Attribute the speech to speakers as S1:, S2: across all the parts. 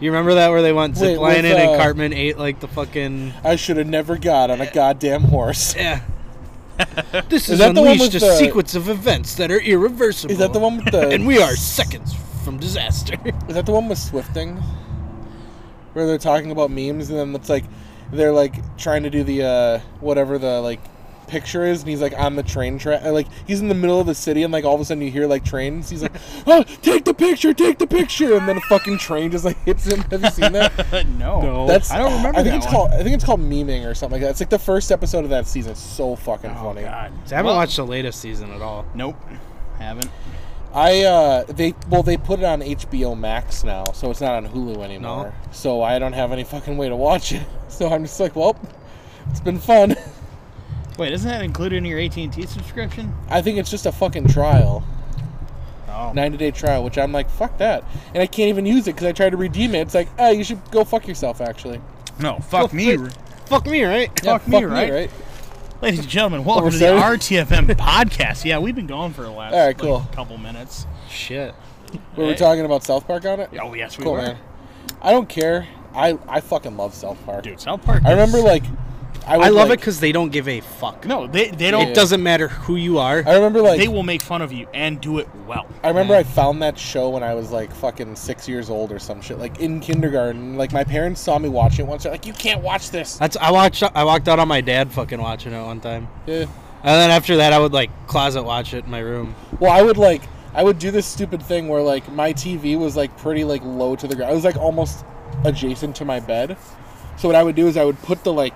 S1: You remember that where they went
S2: Wait,
S1: ziplining
S2: with,
S1: and
S2: uh,
S1: Cartman ate like the fucking
S2: I should have never got on a goddamn horse.
S1: yeah. this is,
S2: that the one
S1: unleashed
S2: with
S1: a
S2: the-
S1: sequence of events that are irreversible.
S2: Is that the one with the?
S1: and we are seconds from disaster.
S2: Is that the one with Swifting? Where they're talking about memes and then it's like they're like trying to do the uh whatever the like picture is and he's like on the train track like he's in the middle of the city and like all of a sudden you hear like trains he's like oh take the picture take the picture and then a fucking train just like hits him have you seen that
S3: no.
S1: No.
S2: that's
S3: Oh, I don't remember
S2: I think
S3: that
S2: it's
S3: one.
S2: called I think it's called memeing or something like that it's like the first episode of that season it's so fucking
S3: Oh,
S2: funny
S3: God.
S1: I haven't
S3: Well,
S1: watched the latest season at all.
S3: Nope. Haven't.
S2: I uh they well they put it on HBO Max now, so it's not on Hulu anymore. So I don't have any fucking way to watch it. So I'm just like, well, it's been fun.
S3: Wait, isn't that included in your AT and T subscription?
S2: I think it's just a fucking trial,
S3: Oh.
S2: 90 day trial, which I'm like, fuck that, and I can't even use it because I tried to redeem it. It's like, ah, you should go fuck yourself, actually.
S3: No. Fuck me.
S1: Fuck- Fuck me, right?
S2: Yeah,
S3: Fuck me, right? Ladies and gentlemen, welcome
S2: we're
S3: to
S2: starting?
S3: the RTFM podcast. Yeah, we've been gone for the last
S2: All right,
S3: like,
S2: cool.
S3: couple minutes.
S1: Shit.
S2: Were we
S3: Hey.
S2: talking about South Park on it?
S3: Oh yes, we
S2: cool
S3: were.
S2: man. I don't care. I I fucking love South Park.
S3: Dude, South Park.
S2: I
S3: is-
S2: remember like, I, would,
S1: I love it 'cause it
S2: like,
S1: because they don't give a fuck.
S3: No, they they don't.
S1: It doesn't matter who you are.
S2: I remember like
S3: They will make fun of you and do it well.
S2: I remember I found that show when I was like fucking six years old or some shit, like in kindergarten. Like my parents saw me watching it once. They're like, "You can't watch this."
S1: That's I watched. I walked out on my dad fucking watching it one time,
S2: Yeah.
S1: and then after that, I would like closet watch it in my room.
S2: Well, I would like I would do this stupid thing where like my TV was like pretty like low to the ground. It was like almost adjacent to my bed. So what I would do is I would put the like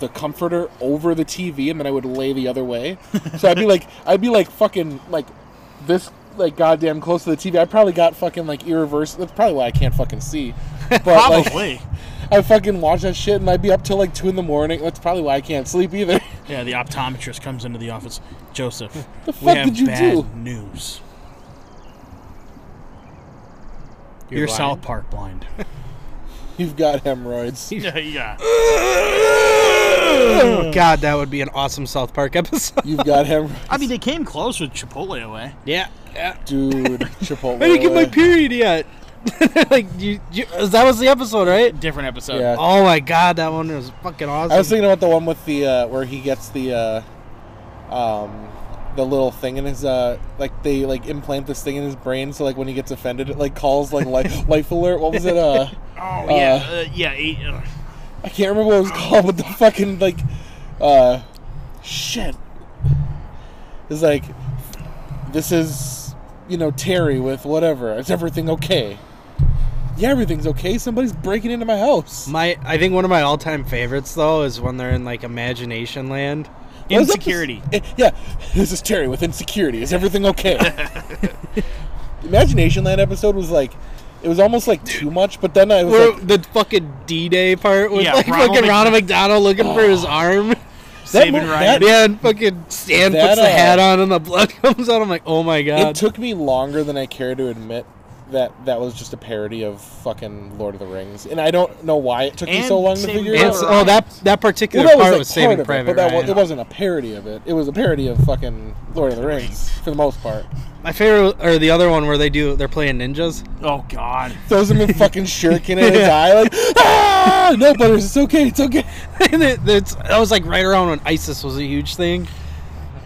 S2: the comforter over the TV and then I would lay the other way. so I'd be like I'd be like fucking like this like goddamn close to the TV. I probably got fucking like irreversible. That's probably why I can't fucking see. But like,
S3: Probably.
S2: I fucking watch that shit and I'd be up till like two in the morning. That's probably why I can't sleep either.
S3: yeah, the optometrist comes into the office. Joseph, the we
S2: fuck
S3: have
S2: did you
S3: bad
S2: do?"
S3: news.
S1: You're
S3: You're,
S1: blind?
S3: South Park blind.
S2: You've got hemorrhoids.
S3: yeah, yeah.
S1: Oh God, that would be an awesome South Park episode.
S2: You've got hemorrhoids.
S3: I mean, they came close with Chipotle away.
S1: yeah, yeah.
S2: Dude, Chipotle.
S1: I didn't get my period yet. like you, you, that was the episode, right?
S3: Different episode.
S2: Yeah.
S1: Oh my God, that one was fucking awesome.
S2: I was thinking about the one with the uh, where he gets the uh, um, the little thing in his uh, like they like implant this thing in his brain so like when he gets offended it like calls like life life alert. What was it? Uh, Uh,
S3: Oh yeah, uh, yeah. eight- uh,
S2: I can't remember what it was called, but the fucking like, uh, shit. It's like, this is, you know, Terry with whatever. Is everything okay? Yeah, everything's okay. Somebody's breaking into my house.
S1: my, I think one of my all-time favorites though is when they're in like Imagination Land.
S2: What was that-
S3: insecurity.
S2: Eh, Yeah, this is Terry with insecurity. Is everything okay? Imagination Land episode was like, it was almost like too much, but then I was
S1: Where
S2: like,
S1: the fucking D-Day part was
S3: Yeah,
S1: like
S3: Ronald
S1: fucking
S3: Mc-
S1: Ronald McDonald looking for his
S2: Oh.
S1: arm.
S3: Saving
S2: mo-
S3: Ryan.
S1: Yeah, and fucking Stan
S2: That,
S1: puts
S2: uh,
S1: the hat on and the blood comes out. I'm like, oh my
S2: it
S1: god.
S2: took me longer than I care to admit that that was just a parody of fucking Lord of the Rings, and I don't know why it took me so
S3: And
S2: long to
S3: Saving
S2: figure
S1: And
S2: out.
S1: so-
S3: Private
S1: oh,
S3: Ryan.
S1: that that particular
S2: that
S1: part
S2: like,
S1: was Saving
S2: part of it,
S1: Private
S2: but that wa-
S1: Ryan.
S2: it wasn't a parody of it. It was a parody of fucking Lord of the Rings for the most part.
S1: My favorite, or the other one where they do, they're playing ninjas.
S3: Oh God.
S2: Throws him a fucking shuriken in his eye, like ah, no butters, it's okay, it's okay.
S1: And it- it's- that was like right around when ISIS was a huge thing.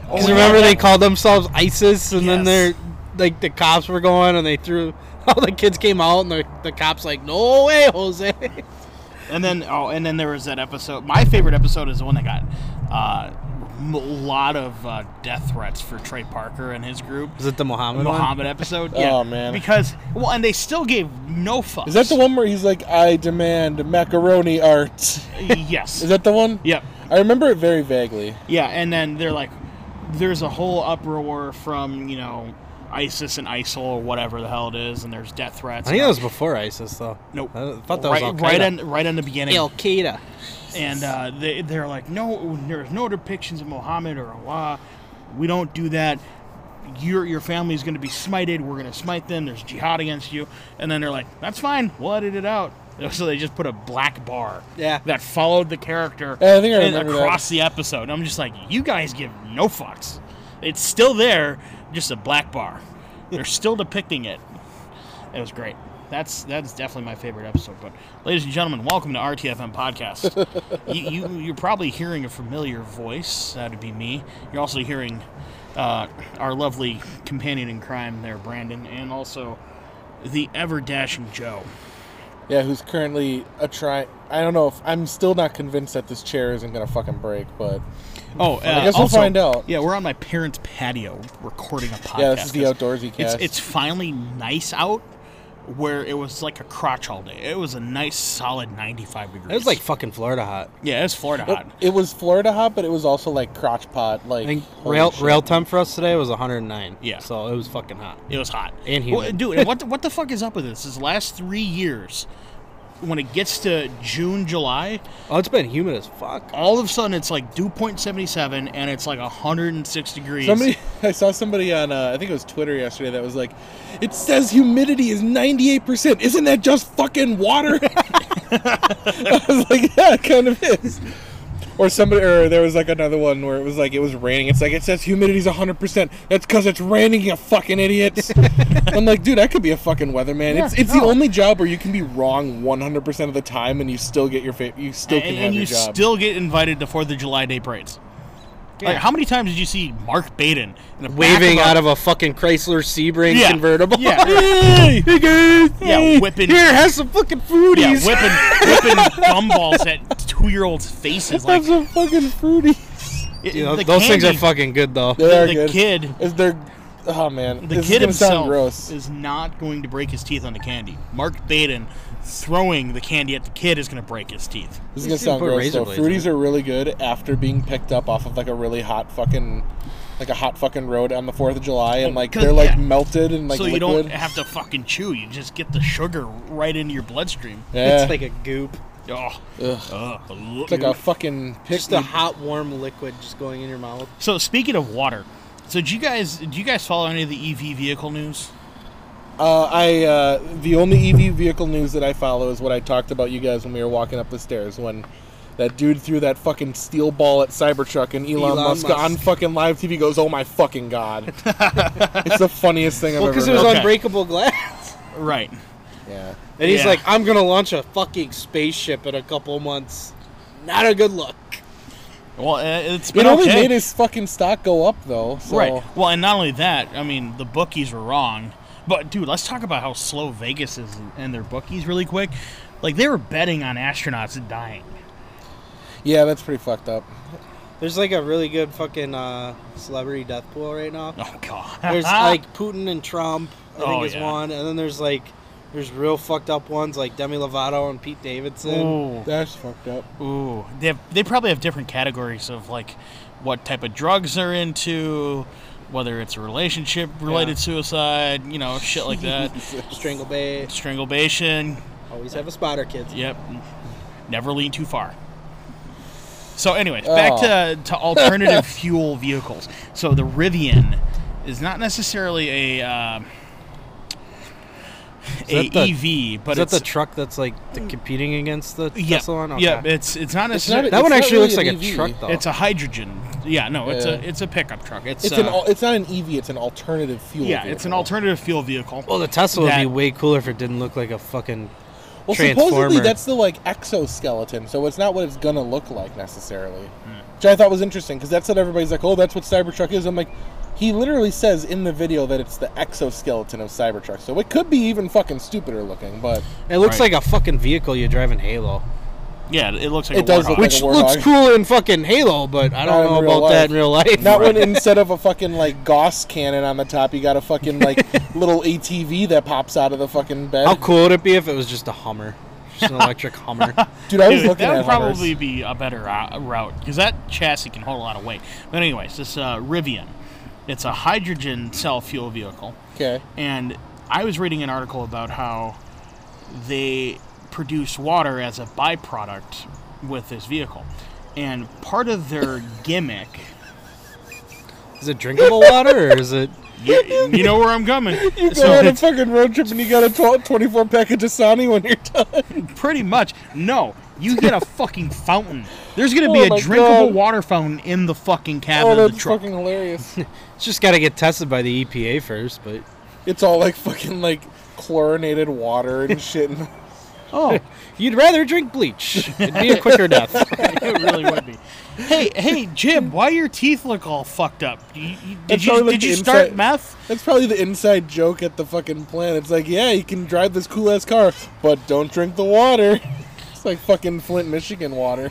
S1: 'Cause
S3: Oh,
S1: remember
S3: yeah.
S1: they called themselves ISIS, and then
S3: Yes.
S1: they're like the cops were going, and they threw all the kids came out, and the the cops like, no way, Jose.
S3: And then oh, and then there was that episode. My favorite episode is the one that got uh, m- a lot of uh, death threats for Trey Parker and his group.
S1: Was it the Muhammad? one?
S3: Muhammad episode.
S2: Oh,
S3: Yeah,
S2: man.
S3: Because well, and they still gave no fucks.
S2: Is that the one where he's like, I demand macaroni art?
S3: yes.
S2: Is that the one?
S3: Yep.
S2: I remember it very vaguely.
S3: Yeah, and then they're like, there's a whole uproar from you know ISIS and ISIL or whatever the hell it is, and there's death threats.
S1: I think that was before ISIS, though.
S3: Nope.
S1: I thought that
S3: right,
S1: was Al
S3: right
S1: Qaeda.
S3: on right on the beginning.
S1: Al Qaeda.
S3: and uh, they, they're like, no, there's no depictions of Muhammad or Allah. We don't do that. Your your family is going to be smited. We're going to smite them. There's jihad against you. And then they're like, that's fine. We'll edit it out. So they just put a black bar
S1: Yeah.
S3: that followed the character
S2: Yeah, I think I
S3: and
S2: remember that.
S3: across the episode. And I'm just like, you guys give no fucks. It's still there, just a black bar. They're still depicting it. It was great. That's that's definitely my favorite episode. But, ladies and gentlemen, welcome to RTFM podcast. you, you you're probably hearing a familiar voice. That would be me. You're also hearing uh, our lovely companion in crime there, Brandon, and also the ever dashing Joe.
S2: Yeah, who's currently a try? I don't know if I'm still not convinced that this chair isn't gonna fucking break, but
S3: Oh, uh,
S2: I guess we'll
S3: also-
S2: find out.
S3: Yeah, we're on my parents' patio recording a podcast.
S2: yeah, this is the
S3: 'cause
S2: outdoorsy
S3: It's
S2: cast.
S3: it's finally nice out. Where it was like a crotch all day. It was a nice solid 95 degrees.
S1: It was like fucking Florida hot.
S3: yeah, it's Florida hot.
S2: it was Florida hot, but it was also like crotch pot, like
S1: I think
S2: holy
S1: rail
S2: shit.
S1: rail temp for us today was 109.
S3: Yeah.
S1: so it was fucking hot.
S3: It was hot
S1: And
S3: Well,
S1: humid.
S3: dude. and what the, what the fuck is up with this? This last three years, when it gets to June, July,
S1: Oh, it's been humid as fuck.
S3: all of a sudden it's like dew point seventy seven, and it's like hundred and six degrees.
S2: Somebody, I saw somebody on, uh, I think it was Twitter yesterday that was like, "It says humidity is ninety eight percent. Isn't that just fucking water?" I was like, "Yeah, it kind of is." Or somebody, or there was like another one where it was like it was raining. It's like it says humidity's hundred percent. That's because it's raining, you fucking idiots. I'm like, dude, I could be a fucking weatherman. it's it's the
S3: no.
S2: only job where you can be wrong one hundred percent of the time, and you still get your fa- you still
S3: and,
S2: can
S3: and
S2: have your
S3: you
S2: job.
S3: still get invited to Fourth of July day parades. Like,
S1: Yeah.
S3: how many times did you see Mark Baden in the back
S1: Waving
S3: a-
S1: out of a fucking Chrysler Sebring
S3: Yeah.
S1: convertible.
S3: Yeah.
S1: hey, hey guys.
S3: Yeah,
S1: Hey,
S3: whipping-
S1: Here, have some fucking
S3: yeah,
S1: foodies.
S3: whipping whipping gumballs at two year olds' faces? Like
S2: That's a fucking fruity.
S3: it-
S1: You know,
S3: the
S1: those things are
S3: candy-
S1: fucking good though.
S2: They are
S3: the
S2: good.
S3: kid-
S2: is there? Oh man,
S3: The
S2: this
S3: kid
S2: is gonna
S3: himself
S2: sound gross.
S3: is not going to break his teeth on the candy. Mark Baden throwing the candy at the kid is going to break his teeth.
S2: This is
S1: You
S2: gonna
S1: should
S2: sound
S1: put
S2: gross.
S1: razor
S2: Though.
S1: blades
S2: Fruities are really good after being picked up off of like a really hot fucking, like a hot fucking road on the Fourth of July, and like
S3: 'cause-
S2: they're like
S3: yeah.
S2: melted and like
S3: so you
S2: liquid.
S3: don't have to fucking chew. You just get the sugar right into your bloodstream.
S2: yeah,
S1: It's like a goop.
S3: Oh,
S2: Ugh.
S3: Ugh.
S2: It's like a fucking pick.
S1: Just a hot, warm liquid just going in your mouth.
S3: so speaking of water, so do you guys do you guys follow any of the EV vehicle news?
S2: uh, I uh, the only EV vehicle news that I follow is what I talked about you guys when we were walking up the stairs when. That dude threw that fucking steel ball at Cybertruck, and Elon,
S1: Elon
S2: Musk,
S1: Musk.
S2: on fucking live TV goes, "Oh my fucking god!" it's the funniest thing I've
S1: Well,
S2: ever.
S1: because it
S2: heard.
S1: was
S3: Okay.
S1: unbreakable glass.
S3: Right.
S2: Yeah.
S1: And he's
S3: Yeah.
S1: like, I'm gonna launch a fucking spaceship in a couple months. Not a good look.
S3: Well, uh, it's
S2: It
S3: been
S2: only
S3: okay.
S2: made his fucking stock go up though. So.
S3: Right. Well, and not only that, I mean, the bookies were wrong. But dude, let's talk about how slow Vegas is and their bookies really quick. Like they were betting on astronauts dying.
S2: Yeah, that's pretty fucked up.
S1: There's like a really good fucking uh, celebrity death pool right now.
S3: Oh god.
S1: There's like Putin and Trump, I think
S3: Oh,
S1: is
S3: yeah.
S1: one, and then there's like there's real fucked up ones like Demi Lovato and Pete Davidson.
S3: ooh,
S2: That's fucked up.
S3: ooh. They have, they probably have different categories of like what type of drugs they're into, whether it's relationship related
S1: Yeah.
S3: suicide, you know, shit like that.
S1: Strangle Bay,
S3: Strangulation.
S1: always have a spotter, kids.
S3: Yep. Never lean too far. So, anyways, back to,
S2: Oh.
S3: to alternative fuel vehicles. So, the Rivian is not necessarily a, uh, a
S1: that
S3: EV, but
S1: Is that
S3: it's
S1: the truck that's like the competing against the
S3: yeah,
S1: Tesla one?
S3: yeah.
S1: Okay.
S3: It's it's not
S2: It's not
S3: necessarily.
S2: a-
S1: that one
S2: not
S1: actually
S2: really
S1: looks like
S2: an
S1: a
S2: EV.
S1: truck though.
S3: it's a hydrogen. Yeah, no, it's
S2: Yeah.
S3: a it's a pickup truck. It's,
S2: It's
S3: uh,
S2: an al- it's not an EV. It's an alternative fuel.
S3: yeah, it's an
S2: vehicle.
S3: alternative fuel vehicle.
S1: well, the Tesla would
S3: that-
S1: be way cooler if it didn't look like a fucking
S2: Well, supposedly
S1: transformer.
S2: that's the like exoskeleton, so it's not what it's gonna look like necessarily.
S3: Hmm.
S2: Which I thought was interesting because that's what everybody's like. Oh, that's what Cybertruck is. I'm like, he literally says in the video that it's the exoskeleton of Cybertruck, so it could be even fucking stupider looking, but
S1: It looks
S3: Right.
S1: like a fucking vehicle you drive in Halo,
S3: yeah, it looks like
S2: It
S3: a
S2: does
S3: warthog.
S2: look
S1: which
S2: a Warthog.
S1: looks cool in fucking Halo, but I
S2: Not
S1: don't
S2: in
S1: know
S2: real
S1: about
S2: life.
S1: that in real life.
S2: Not when instead of a fucking like Gauss cannon on the top, you got a fucking like little ATV that pops out of the fucking bed.
S1: How cool would it be if it was just a Hummer, just an electric Hummer?
S2: Dude, I was
S3: Dude,
S2: looking
S3: that
S2: at
S3: would
S2: Hummers.
S3: probably be a better uh, route because that chassis can hold a lot of weight. But anyways, this uh, Rivian, it's a hydrogen cell fuel vehicle,
S2: okay.
S3: and I was reading an article about how they produce water as a byproduct with this vehicle, and part of their gimmick.
S1: Is it drinkable water or is it?
S3: You, you know where I'm coming.
S2: You go on a fucking road trip and you got a 12, 24 pack of Dasani when you're done.
S3: Pretty much. No, you get a fucking fountain. There's gonna
S2: Oh
S3: be
S2: my
S3: a drinkable
S2: God.
S3: water fountain in the fucking cabin
S2: Oh,
S3: of the
S2: that's
S3: truck.
S2: fucking hilarious.
S1: It's just got to get tested by the EPA E first, but
S2: It's all like fucking like chlorinated water and shit. And
S3: Oh,
S1: You'd rather drink bleach. It'd be a quicker death.
S3: it really would be. Hey, hey, Jim, why your teeth look all fucked up? You- you- did
S2: That's
S3: you,
S2: probably
S3: did
S2: the
S3: you start
S2: inside-
S3: meth?
S2: that's probably the inside joke at the fucking plant. It's like, yeah, you can drive this cool ass car, but don't drink the water. It's like fucking Flint, Michigan water.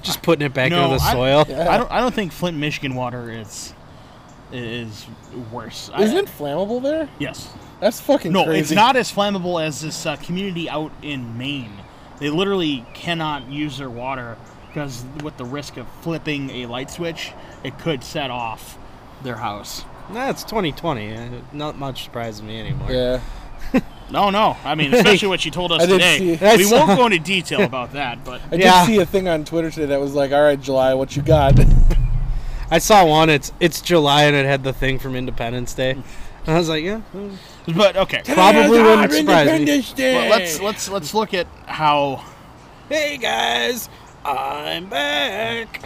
S1: Just putting it back into the
S3: I-
S1: soil.
S3: I don't. I don't think Flint, Michigan water is is worse. I-
S2: Isn't it flammable there?
S3: Yes.
S2: That's fucking
S3: No,
S2: crazy.
S3: it's not as flammable as this uh, community out in Maine. They literally cannot use their water because with the risk of flipping a light switch, it could set off their house.
S1: Nah, it's 2020. Uh, Not much surprises me anymore.
S2: Yeah.
S3: No, no. I mean, especially what she told us
S2: I did
S3: today.
S2: see- I
S3: We
S1: saw-
S3: won't go into detail about that, but
S2: I
S1: Yeah.
S2: did see a thing on Twitter today that was like, "All right, July, what you got?"
S1: I saw one. It's it's July and it had the thing from Independence Day. And I was like, yeah, mm,
S3: but okay.
S1: probably wouldn't surprise me.
S3: Well, let's let's let's look at how.
S1: Hey guys, I'm back.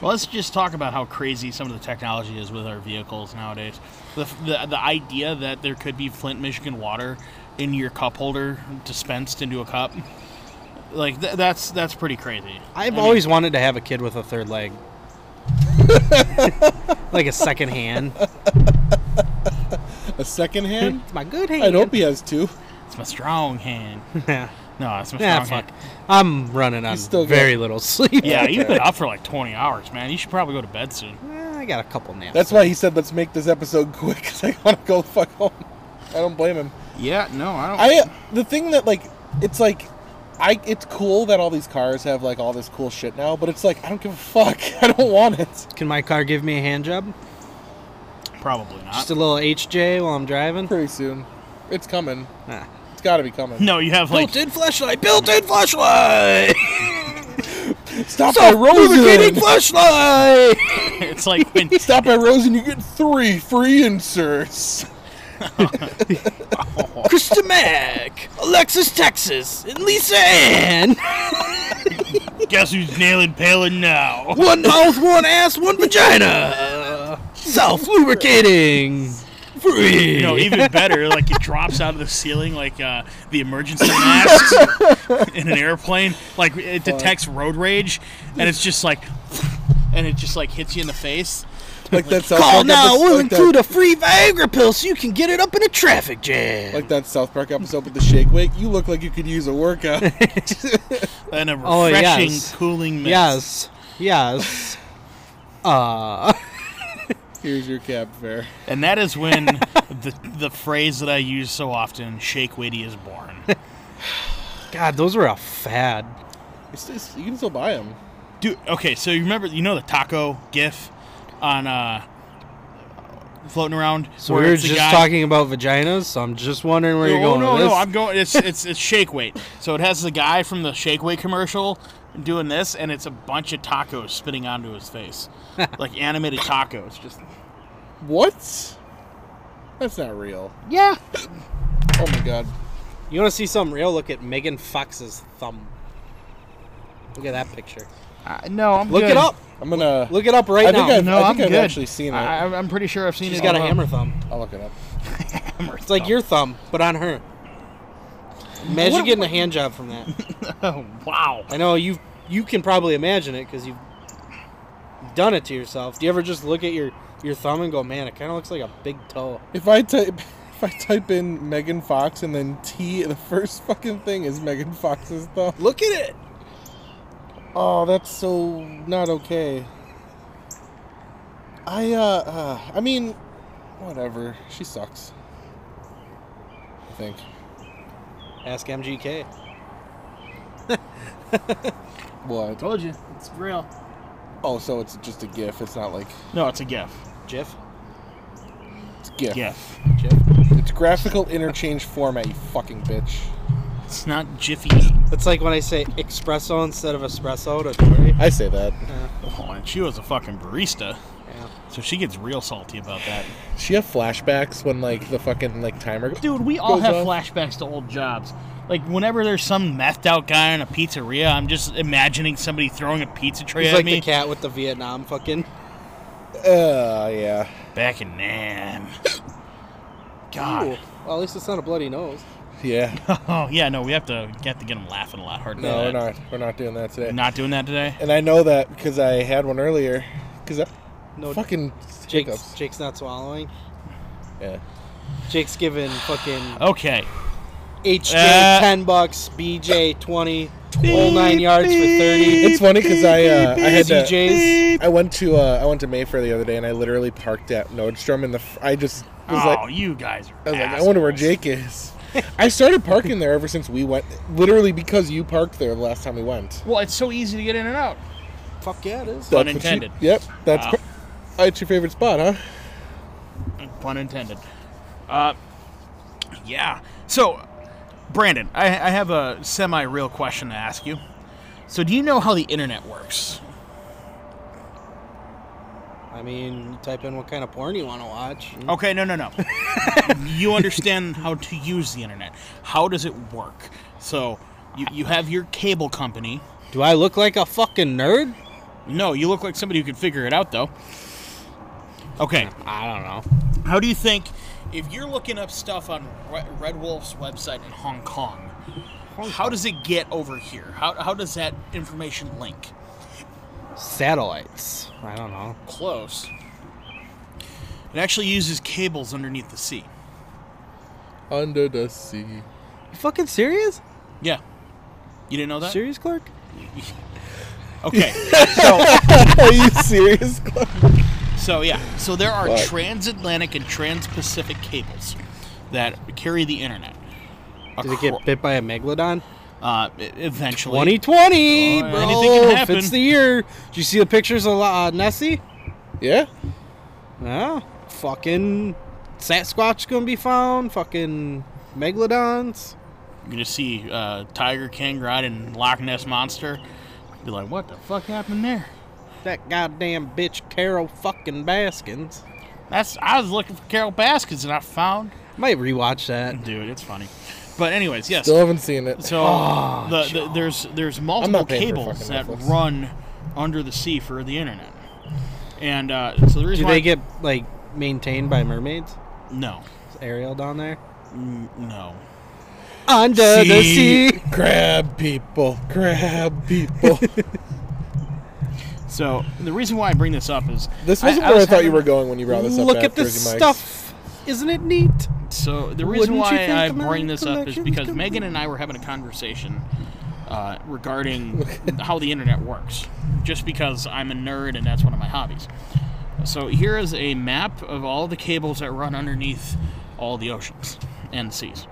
S3: Well, let's just talk about how crazy some of the technology is with our vehicles nowadays. The, the, the idea that there could be Flint, Michigan water in your cup holder dispensed into a cup, like th- that's that's pretty crazy.
S1: I've
S3: I mean,
S1: always wanted to have a kid with a third leg. like a second hand.
S2: a second hand.
S1: It's my good hand.
S2: I hope he has two.
S3: it's my strong hand.
S1: Yeah.
S3: No, it's my strong
S1: Nah,
S3: hand.
S1: fuck. I'm running on
S2: still good.
S1: very little sleep.
S3: Yeah, you've been up for like 20 hours, man. You should probably go to bed soon.
S1: Eh, I got a couple naps.
S2: That's why he said, "Let's make this episode quick because I want to go the fuck home." I don't blame him.
S3: Yeah, no, I don't.
S2: I the thing that like it's like I it's cool that all these cars have like all this cool shit now, but it's like I don't give a fuck. I don't want it.
S1: Can my car give me a hand job?
S3: probably not.
S1: Just a little HJ while I'm driving?
S2: Pretty soon, it's coming.
S1: Nah.
S2: It's got to be coming.
S3: no, you have like
S1: Built-in flashlight! Built-in flashlight!
S2: Stop by Rosen.
S1: flashlight!
S3: it's like when
S2: Stop by Rosen. You get three free inserts.
S1: Krista Mack! Alexis Texas! And Lisa Ann!
S3: guess who's nailing Palin now?
S1: One mouth, one ass, one vagina. Self lubricating. Free.
S3: You know, even better, like it drops out of the ceiling like uh, the emergency masks in an airplane. Like it detects road rage, and it's just like, and it just like hits you in the face.
S2: Like that South
S1: Call
S2: Park
S1: now.
S2: episode-
S1: We'll
S2: like that-
S1: include a free Viagra pill so you can get it up in a traffic jam.
S2: like that South Park episode with the shake weight. You look like you could use a workout.
S3: And a refreshing,
S1: Oh, yes.
S3: cooling mist.
S1: yes. Yes. Uh,
S2: Here's your cab fare.
S3: And that is when the the phrase that I use so often, "Shake Weighty" is born.
S1: God, those were a fad.
S2: It's, it's, you can still buy them.
S3: Dude, okay, so you remember, you know the taco gif on uh, floating around.
S1: So
S3: where
S1: we were
S3: it's the
S1: just
S3: guy-
S1: talking about vaginas, so I'm just wondering where you're
S3: No,
S1: going
S3: Oh, no,
S1: with
S3: no!
S1: this.
S3: I'm going. It's it's it's shake weight. So it has the guy from the shake weight commercial doing this, and it's a bunch of tacos spitting onto his face, like animated tacos. Just
S2: What? That's not real.
S1: yeah.
S2: Oh my god.
S1: You want to see something real? Look at Megan Fox's thumb. Look at that picture.
S3: uh, no, I'm
S1: Look it up.
S2: I'm gonna.
S1: Look it up right
S2: I
S1: now.
S2: think I've,
S3: No,
S2: I
S3: I'm
S2: think I've
S3: good.
S2: actually seen it.
S3: I, I'm- I'm pretty sure I've seen
S1: She's
S3: it.
S1: got a
S3: although-
S1: hammer thumb.
S2: I'll look it up.
S3: hammer.
S1: It's like your thumb, but on her. Imagine
S3: Oh. What-
S1: getting a hand job from that.
S3: Oh, wow.
S1: I know you you can probably imagine it because you've done it to yourself. Do you ever just look at your your thumb and go, "Man, it kind of looks like a big toe."
S2: If I type. If I type in Megan Fox and then T, the first fucking thing is Megan Fox's thumb.
S1: Look at it.
S2: Oh, that's so not okay. I uh, uh I mean, whatever. She sucks. I think.
S1: Ask MGK.
S2: What?
S3: Told you, it's real.
S2: Oh, so it's just a GIF. It's not like
S3: No, it's a gif.
S1: Jif.
S2: it's a GIF.
S3: Gif.
S1: Jif.
S2: It's graphical interchange format. You fucking bitch.
S3: It's not jiffy.
S1: It's like when I say espresso instead of espresso to Tori.
S2: I say that.
S3: Oh, and she was a fucking barista,
S1: Yeah.
S3: so she gets real salty about that.
S2: She have flashbacks when like the fucking like timer.
S3: Dude, we all
S2: goes
S3: have
S2: off.
S3: flashbacks to old jobs. Like whenever there's some methed out guy in a pizzeria, I'm just imagining somebody throwing a pizza tray
S1: He's
S3: at
S1: like
S3: me.
S1: the cat with the Vietnam fucking.
S2: Uh, yeah.
S3: Back in Nam. God,
S1: Ew. Well, at least it's not a bloody nose.
S2: Yeah.
S3: Oh yeah, no, we have to have to get them laughing a lot harder.
S2: No, we're
S3: than that.
S2: not. We're not doing that today.
S3: Not doing that today.
S2: And I know that because I had one earlier. Because I
S1: No,
S2: fucking
S1: Jake's,
S2: hiccups.
S1: Jake's not swallowing.
S2: Yeah.
S1: Jake's giving fucking
S3: Okay.
S1: HJ
S3: Oh. Uh,
S1: ten bucks, BJ twenty, whole nine yards for thirty.
S2: It's funny because I uh, I had to,
S1: DJs.
S2: I went to uh, I went to Mayfair the other day and I literally parked at Nordstrom and the f- I just was
S3: oh,
S2: like
S3: you guys are.
S2: I was like I wonder where
S3: assholes.
S2: Jake is. I started parking there ever since we went, literally because you parked there the last time we went.
S3: Well, it's so easy to get in and out.
S1: Fuck yeah, it is.
S2: That's what you-
S3: intended.
S2: yep, that's.
S3: Wow.
S2: cor- Oh, it's your favorite spot, huh?
S3: Pun intended. Uh, yeah. So, Brandon, I, I have a semi-real question to ask you. So, do you know how the internet works?
S1: I mean, you type in what kind of porn you want to watch.
S3: Okay, no, no, no. you understand how to use the internet. How does it work? So, you, you have your cable company.
S1: Do I look like a fucking nerd?
S3: No, you look like somebody who could figure it out, though. Okay,
S1: I don't know.
S3: how do you think if you're looking up stuff on Re- Red Wolf's website in Hong Kong, how does it get over here? How, how does that information link?
S1: Satellites. I don't know.
S3: Close. It actually uses cables underneath the sea.
S2: Under the sea.
S1: You fucking serious?
S3: Yeah. You didn't know that?
S1: Serious, Clark?
S3: Okay.
S2: Are you serious? Clark?
S3: So yeah, so there are
S2: Fuck.
S3: transatlantic and transpacific cables that carry the internet.
S1: Did it get bit by a megalodon?
S3: Uh, e- eventually.
S1: 2020,
S3: Oh, yeah.
S1: bro.
S3: Anything can
S1: If it's
S3: happen.
S1: the year. Did you see the pictures of uh, Nessie?
S2: Yeah.
S1: Yeah. Fucking Sasquatch gonna be found. Fucking megalodons.
S3: You're gonna see uh, Tiger King riding Loch Ness monster. Be like, what the fuck happened there?
S1: That goddamn bitch Carol fucking Baskins.
S3: That's I was looking for Carol Baskins and I found.
S1: Might rewatch that.
S3: Dude, it's funny. But anyways, yes.
S2: Still haven't seen it.
S3: So the, the, there's there's multiple
S2: not paying for
S3: cables that
S2: fucking Netflix.
S3: run under the sea for the internet. And uh, so the reason
S1: Do
S3: why
S1: they get like maintained by mermaids?
S3: no,
S1: Is Ariel down there?
S3: Mm, no.
S1: Under the
S3: See?
S1: sea.
S2: Grab people. Grab people.
S3: So the reason why I bring this up is
S2: This wasn't where I,
S3: was
S2: thought you
S3: having-
S2: were going when you brought Oh, this up.
S1: Look at
S2: after
S1: this
S2: Mikes.
S1: stuff. Isn't it neat?
S3: So the
S1: Wouldn't
S3: reason
S1: you
S3: why
S1: think
S3: I
S1: the
S3: bring
S1: Mayan
S3: this up is
S1: collections
S3: because
S1: could
S3: Megan and I were having a conversation uh, regarding how the internet works. Just because I'm a nerd and that's one of my hobbies. So here is a map of all the cables that run underneath all the oceans and seas.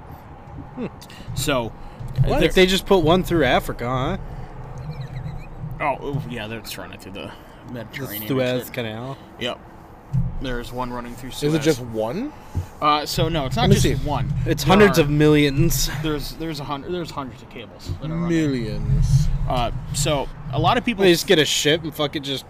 S1: Hmm.
S3: So,
S1: I think
S3: there-
S1: they just put one through Africa, huh?
S3: oh yeah, that's running through the
S1: The
S3: Mediterranean.
S1: Suez Canal.
S3: Yep. There's one running through Suez.
S2: Is it just one?
S3: Uh, so no, it's not
S2: me
S3: just
S2: see.
S3: one.
S1: It's
S3: There
S1: hundreds
S3: are-
S1: of millions.
S3: There's there's a hundred there's hundreds of cables. That are running.
S2: Millions.
S3: Uh, so a lot of people.
S1: They just get a ship and fucking just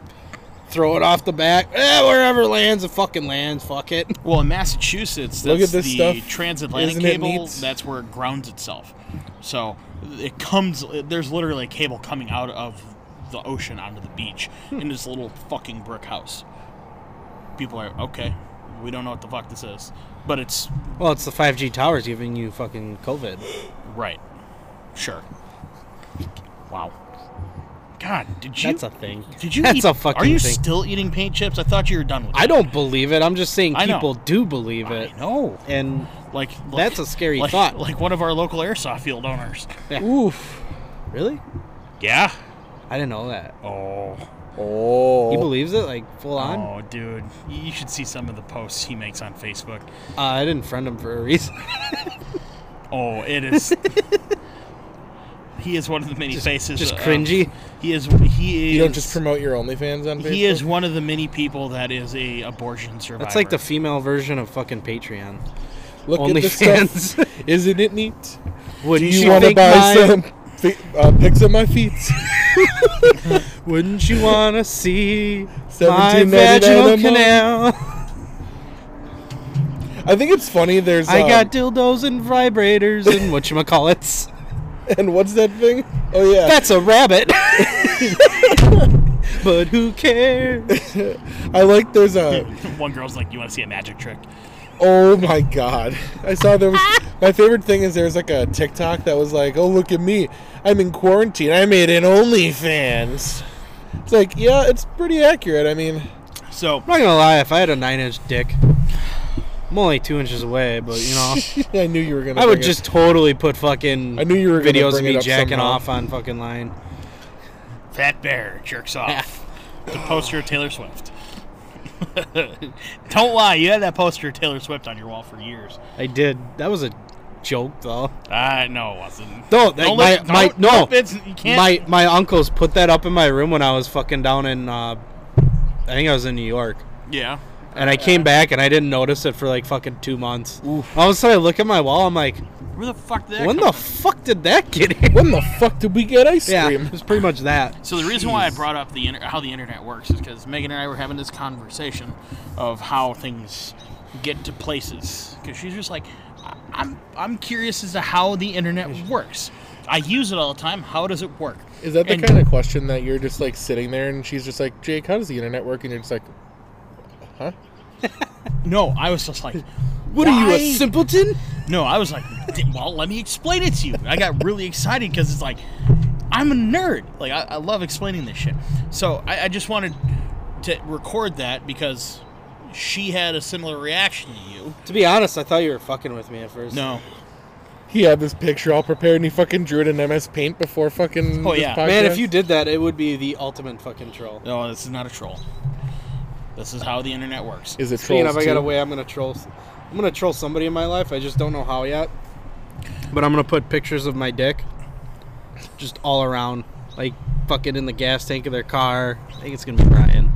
S1: throw it off the back. Eh, wherever lands, it fucking lands. Fuck it.
S3: Well, in Massachusetts, that's
S2: Look at this
S3: the
S2: stuff.
S3: transatlantic
S2: Isn't it
S3: cable.
S2: neat?
S3: That's where it grounds itself. So it comes. There's literally a cable coming out of the ocean onto the beach
S1: Hmm.
S3: in this little fucking brick house. People are okay. We don't know what the fuck this is, but it's
S1: Well, it's the 5G towers giving you fucking COVID.
S3: right. Sure. Wow. God, did you?
S1: That's a thing.
S3: did you?
S1: That's
S3: eat-
S1: a fucking
S3: Are you
S1: thing.
S3: still eating paint chips? I thought you were done with.
S1: I don't believe it. I'm just saying
S3: I know.
S1: people do believe
S3: it.
S1: it.
S3: No.
S1: And
S3: Like, like-
S1: That's a scary
S3: like-
S1: thought.
S3: Like one of our local airsoft field owners.
S2: Oof.
S1: really,
S3: Yeah.
S1: I didn't know that.
S3: Oh.
S2: Oh.
S1: He believes it, like full on.
S3: Oh, dude, you should see some of the posts he makes on Facebook.
S1: Uh, I didn't friend him for a reason.
S3: Oh, it is. he is one of the many faces.
S1: just
S3: of-
S1: cringy.
S3: he is. He is.
S2: you don't just promote your OnlyFans on Facebook.
S3: He is one of the many people that is a abortion survivor.
S1: That's like the female version of fucking Patreon.
S2: Look at this
S1: OnlyFans.
S2: stuff. Isn't it neat? Do
S1: Wouldn't
S2: you,
S1: you,
S2: want to
S1: think
S2: buy
S1: mine?
S2: some fi- uh, pics of my feet?
S1: Wouldn't you wanna see my
S2: $17.99 a
S1: vaginal
S2: month?
S1: canal?
S2: I think it's funny. There's
S1: I
S2: um,
S1: got dildos and vibrators and whatchamacallits.
S2: um, and what's that thing? Oh yeah,
S1: That's a rabbit. but who cares?
S2: I like. There's a
S3: one girl's like, "You want to see a magic trick?"
S2: uh, Oh my god. I saw there was my favorite thing is there's like a TikTok that was like, "Oh, look at me. I'm in quarantine. I made an OnlyFans." It's like, yeah, it's pretty accurate. I mean,
S3: So
S1: I'm not gonna lie, if I had a nine inch dick, I'm only two inches away, but you know,
S2: I knew you were going to
S1: I would just totally put fucking
S2: I knew you were gonna
S1: videos of
S2: bring it
S1: me
S2: up
S1: jacking
S2: somehow.
S1: off on fucking line.
S3: Fat Bear jerks off the poster of Taylor Swift. Don't lie, you had that poster of Taylor Swift on your wall for years.
S1: I did. That was a joke, though.
S3: I know it wasn't.
S1: No, that, my,
S3: let-
S1: my
S3: don't-
S1: no,
S3: don't- it's- you can't.
S1: my my uncles put that up in my room when I was fucking down in, uh, I think I was in New York,
S3: yeah.
S1: and I came back and I didn't notice it for like fucking two months. All of a sudden, I look at my wall. I'm like,
S3: Where the fuck did that
S1: when
S3: come
S1: the
S3: from?
S1: fuck did that get here?
S2: When the fuck did we get ice
S1: Yeah,
S2: cream?
S1: it was pretty much that.
S3: So the reason why I brought up the inter- how the internet works is because Megan and I were having this conversation of how things get to places. Because she's just like, "I- I'm I'm curious as to how the internet works. I use it all the time. How does it work?
S2: Is that the
S3: And-
S2: kind of question that you're just like sitting there and she's just like, Jake, how does the internet work? And you're just like, huh?
S3: No, I was just like,
S1: What are you,
S3: Why?
S1: a simpleton?
S3: no, I was like, "D- well, let me explain it to you. I got really excited because it's like, I'm a nerd. Like I, I love explaining this shit. So I, I just wanted to record that because she had a similar reaction to you.
S1: To be honest, I thought you were fucking with me at first.
S3: No.
S2: He had this picture all prepared and he fucking drew it in MS Paint before fucking.
S3: Oh,
S2: this
S3: yeah.
S1: man, if
S2: podcast.
S1: you did that, it would be the ultimate fucking troll.
S3: No, this is not a troll. This is how the internet works.
S2: Is it
S1: Speaking
S2: trolls?
S1: of, I got
S2: too?
S1: a way I'm gonna troll. s- I'm gonna troll somebody in my life. I just don't know how yet. But I'm gonna put pictures of my dick, just all around, like fucking in the gas tank of their car. I think it's gonna be Brian.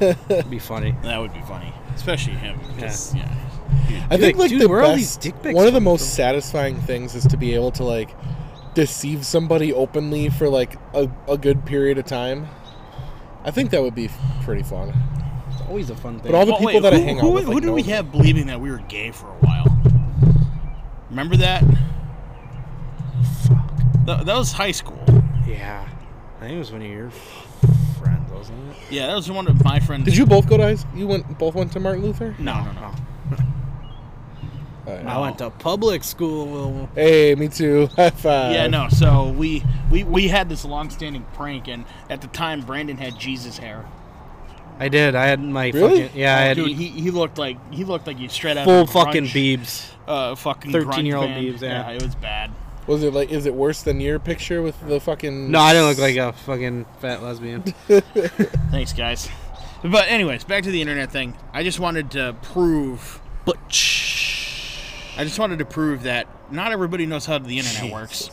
S1: It'd be funny.
S3: That would be funny, especially him. 'cause, Yeah.
S2: I
S1: like,
S2: think like
S1: "Dude,
S2: the
S1: where are all these
S2: best-
S1: dick pics
S2: one of the
S1: coming
S2: most
S1: from?"
S2: satisfying things is to be able to like deceive somebody openly for like a, a good period of time. I think that would be pretty fun.
S1: It's always a fun thing.
S2: But all the
S3: Well,
S2: people that
S3: who,
S2: I hang out
S3: who,
S2: with,
S3: Who
S2: like,
S3: did
S2: know
S3: we
S2: me.
S3: have believing that we were gay for a while? Remember that? Th- that was high school.
S1: yeah, I think it was one of your friends, wasn't it?
S3: Yeah, that was one of my friends.
S2: Did you both go to high school? You went both went to Martin Luther?
S3: No, no, no.
S2: Alright.
S1: I went to public school.
S2: Hey, me too. High
S1: Oh.
S2: five.
S3: Yeah, no. So we we we had this long-standing prank, and at the time, Brandon had Jesus hair.
S1: I did. I had my
S2: Really?
S1: fucking yeah. I had e-
S3: Dude, he, he looked like he looked like you straight out
S1: full
S3: of a grunge-
S1: fucking beebs.
S3: uh, fucking
S1: 13-year-old
S3: grunge band.
S1: dudes, yeah.
S3: it was bad.
S2: Was it like? Is it worse than your picture with the fucking?
S1: No, I didn't look like a fucking fat lesbian.
S3: Thanks, guys. But anyways, back to the internet thing. I just wanted to prove.
S1: Butch.
S3: I just wanted to prove that not everybody knows how the internet works.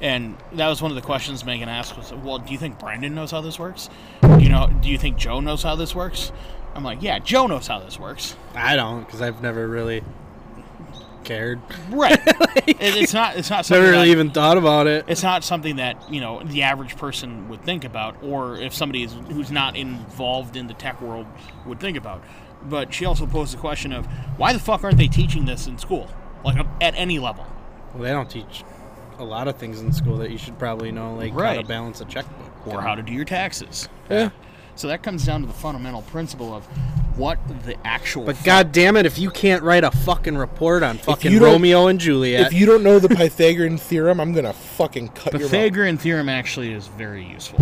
S3: And that was one of the questions Megan asked was, "Well, do you think Brandon knows how this works? You know, do you think Joe knows how this works?" I'm like, "Yeah, Joe knows how this works."
S1: I don't, because I've never really cared.
S3: Right. it, it's not. It's not something.
S1: Never
S3: that-
S1: really even thought about it.
S3: it's not something that you know the average person would think about, or if somebody is, who's not involved in the tech world would think about. But she also posed the question of why the fuck aren't they teaching this in school, like at any level?
S1: Well, they don't teach a lot of things in school that you should probably know, like how
S3: Right.
S1: to balance a checkbook.
S3: or how to do your taxes.
S2: Yeah.
S3: So that comes down to the fundamental principle of what the actual.
S1: But
S3: fuck-
S1: god damn it, if you can't write a fucking report on fucking
S2: you don't-
S1: Romeo and Juliet,
S2: If you don't know the Pythagorean theorem, I'm gonna fucking cut your. mouth.
S3: Pythagorean theorem actually is very useful.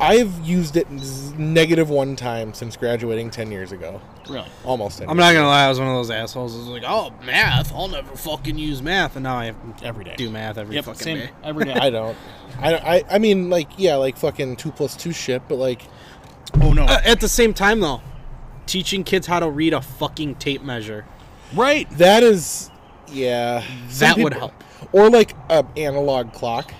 S2: I've used it z- negative one time since graduating ten years ago.
S3: Really.
S2: Almost. 10
S1: I'm
S2: years.
S1: not gonna lie, I was one of those assholes. who was like, oh, math, I'll never fucking use math, and now I have to
S3: Every day.
S1: do math every
S3: Yep.
S1: fucking
S3: Same
S1: day.
S3: every day.
S2: I don't. I, don't- I I mean like yeah like fucking two plus two shit, but like
S3: oh no.
S1: Uh, at the same time, though, teaching kids how to read a fucking tape measure.
S3: right.
S2: that is yeah Some
S1: That would help.
S2: Or like a analog clock.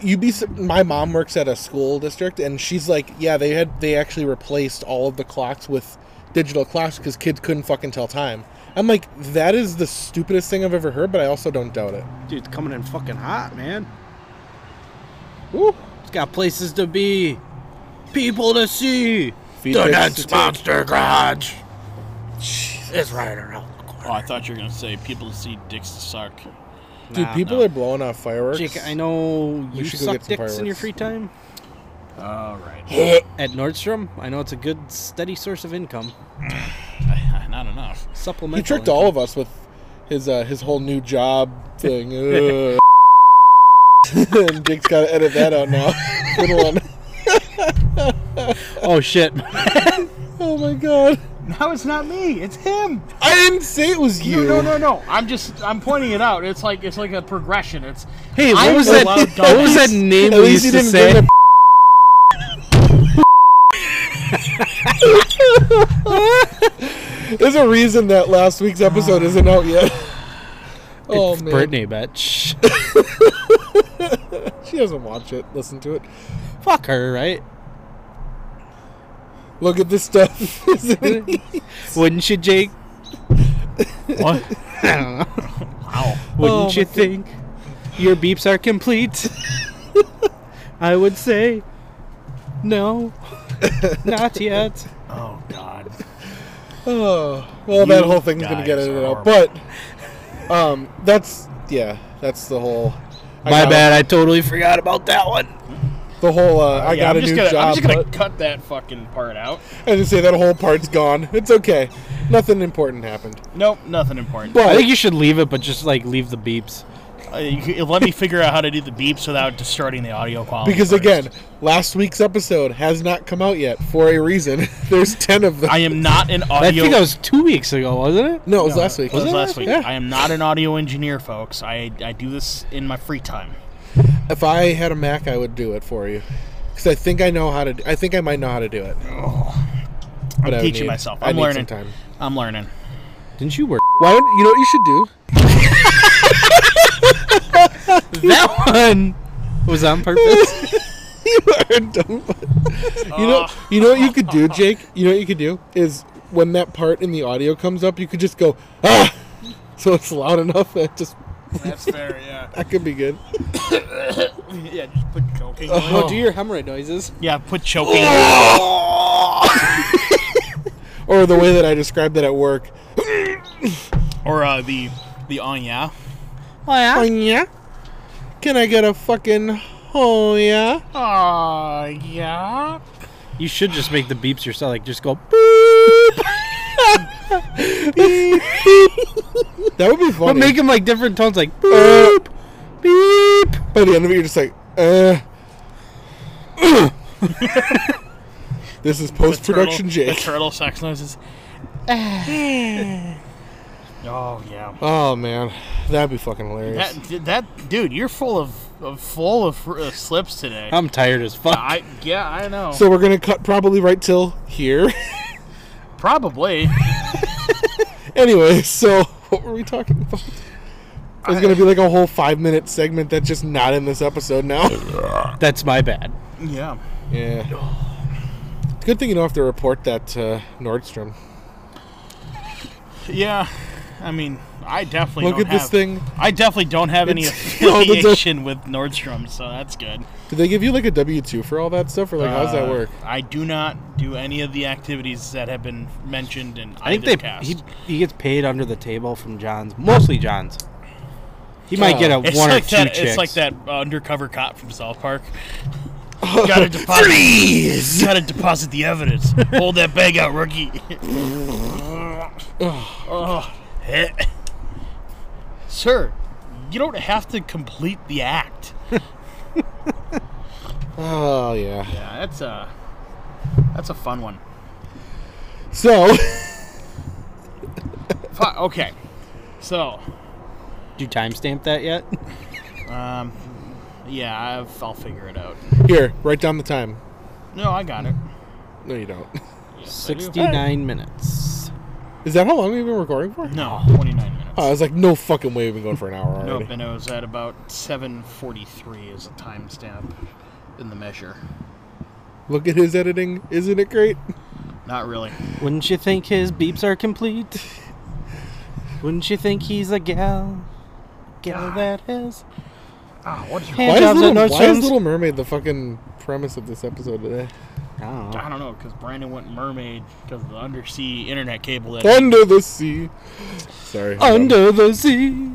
S2: You be su- my mom works at a school district and she's like yeah they had they actually replaced all of the clocks with digital clocks because kids couldn't fucking tell time. I'm like that is the stupidest thing I've ever heard, but I also don't doubt it.
S1: Dude, it's coming in fucking hot, man.
S2: Woo.
S1: It's got places to be, people to see.
S2: Feed pics to take.
S1: garage is right around the corner.
S3: Oh, I thought you were gonna say people to see dicks to suck.
S2: Dude,
S1: Nah,
S2: people
S3: no.
S2: are blowing off fireworks.
S1: Jake, I know
S2: We
S1: you
S2: should go
S1: suck
S2: get some
S1: dicks in your
S2: fireworks.
S1: free time
S3: All right.
S1: at Nordstrom. I know it's a good, steady source of income.
S3: Not enough. enough.
S1: Supplemental.
S2: He tricked
S1: income.
S2: all of us with his uh, his whole new job thing. Ugh. and Dick's got to edit that out now. Good one.
S1: Oh shit!
S2: Oh my god!
S3: No, it's not me. It's him.
S2: I didn't say it was you.
S3: No, no, no, no. I'm just I'm pointing it out. It's like it's like a progression. It's
S1: Hey, what
S3: I'm
S1: was
S3: the
S1: that?
S3: loud
S1: What was that
S3: dumbass.
S1: name
S2: At
S1: we used
S2: least you
S1: to
S2: didn't
S1: say?
S2: bring up. There's a reason that last week's episode isn't out yet. Oh
S1: It's
S2: man,
S1: Brittany, bitch.
S2: she doesn't watch it. Listen to it.
S1: Fuck her, right?
S2: Look at this stuff. Isn't it?
S1: Wouldn't you, Jake?
S3: what?
S1: I don't know.
S3: Wow.
S1: Wouldn't
S2: Oh,
S1: you
S2: my
S1: think your beeps are complete? I would say no, not yet.
S3: Oh God.
S2: Oh, well, that
S3: You
S2: whole thing's gonna get
S3: guys
S2: edited
S3: are
S2: out. But um, that's yeah, that's the whole. I
S1: My
S2: got a-
S1: bad, I totally forgot about that one.
S2: The whole uh, I
S3: Yeah,
S2: got
S3: I'm
S2: a
S3: just
S2: new
S3: gonna,
S2: job.
S3: I'm just gonna
S2: but-
S3: cut that fucking part out.
S2: I just say that whole part's gone. It's okay. Nothing important happened.
S3: Nope, nothing important.
S1: I
S2: But
S1: think you should leave it, but just like leave the beeps.
S3: Uh, you- let me figure out how to do the beeps without distorting the audio quality.
S2: because
S3: first.
S2: again, last week's episode has not come out yet for a reason. There's ten of them.
S3: I am not an
S1: I
S3: audio.
S1: think that was two weeks ago, wasn't it?
S2: no, it was
S3: No,
S2: last week.
S3: it was
S1: it
S3: last
S1: last
S3: week.
S1: week?
S3: I am not an audio engineer, folks. I, I do this in my free time.
S2: If I had a Mac, I would do it for you. Because I think I know how to. Do, I think I might know how to do it.
S3: I'm
S2: But I would
S3: teaching
S2: need-
S3: myself.
S2: I
S3: Oh. I'm
S2: need some
S3: learning.
S2: time.
S3: I'm learning.
S1: Didn't you work?
S2: Why would you know what you should do?
S1: That one was on purpose.
S2: you are a dumb. you know,
S3: Ah.
S2: you know what you could do, Jake. You know what you could do is when that part in the audio comes up, you could just go ah, so it's loud enough that just
S3: That's fair. Yeah.
S2: that could be good.
S3: yeah. Just put choking.
S1: Oh, do your hemorrhoid noises.
S3: Yeah. Put choking.
S2: Oh. Or the way that I described it at work.
S3: or uh, the the oh yeah.
S1: Oh yeah.
S2: Oh, yeah? Can I get a fucking oh yeah?
S3: Oh yeah.
S1: You should just make the beeps yourself. Like just go.
S2: That would be funny.
S1: But make them like different tones, like
S2: Uh,
S1: beep, beep.
S2: By the end of it, you're just like uh. this is post production,
S3: turtle,
S2: Jake.
S3: The turtle sex noises. oh yeah.
S2: Oh man, that'd be fucking hilarious.
S3: That that dude, you're full of, of full of uh, slips today.
S1: I'm tired as fuck.
S3: I yeah, I know.
S2: So we're gonna cut probably right till here.
S3: Probably.
S2: anyway, so what were we talking about? There's gonna be like a whole five minute segment that's just not in this episode now.
S1: That's my bad.
S3: yeah.
S2: Yeah. It's a good thing you don't have to report that uh, Nordstrom.
S3: Yeah. I mean, I definitely
S2: Look
S3: don't
S2: at this
S3: have-
S2: thing.
S3: I definitely don't have any
S2: It's- all the-
S3: affiliation with Nordstrom, so that's good.
S2: Did they give you like a W two for all that stuff, or like how's that
S3: Uh,
S2: work?
S3: I do not do any of the activities that have been mentioned in
S1: I think they
S3: either cast.
S1: he, he gets paid under the table from John's, mostly John's. He might get a
S3: It's
S1: one
S3: like
S1: or two
S3: that.
S1: chicks.
S3: It's like that undercover cop from South Park. gotta deposit. Gotta deposit the evidence. Hold that bag out, rookie. oh, eh. Sir, you don't have to complete the act.
S2: Oh yeah.
S3: Yeah, that's a that's a fun one.
S2: So
S3: Fu- Okay, so
S1: Did you timestamp that yet?
S3: um, yeah, I've, I'll figure it out.
S2: here, write down the time.
S3: No, I got it.
S2: No, you don't.
S3: Yes, I do.
S1: Sixty-nine minutes.
S2: Is that how long we've been recording for?
S3: No, twenty nine minutes.
S2: Oh, I was like, no fucking way. We've been going for an hour already.
S3: Nope, and it was at about 7:43 is a timestamp in the measure.
S2: Look at his editing. Isn't it great?
S3: Not really.
S1: Wouldn't you think his beeps are complete? Wouldn't you think he's a gal? Gal that has.
S3: Ah, what is
S1: Hey.
S2: Why is,
S1: jobs at
S2: little, why is
S1: Nordstrom's.
S2: Little Mermaid the fucking premise of this episode today?
S1: I don't know.
S3: I don't know, because Brandon went mermaid because of the undersea internet cable. That,
S2: Under the sea. Sorry.
S1: Under the sea.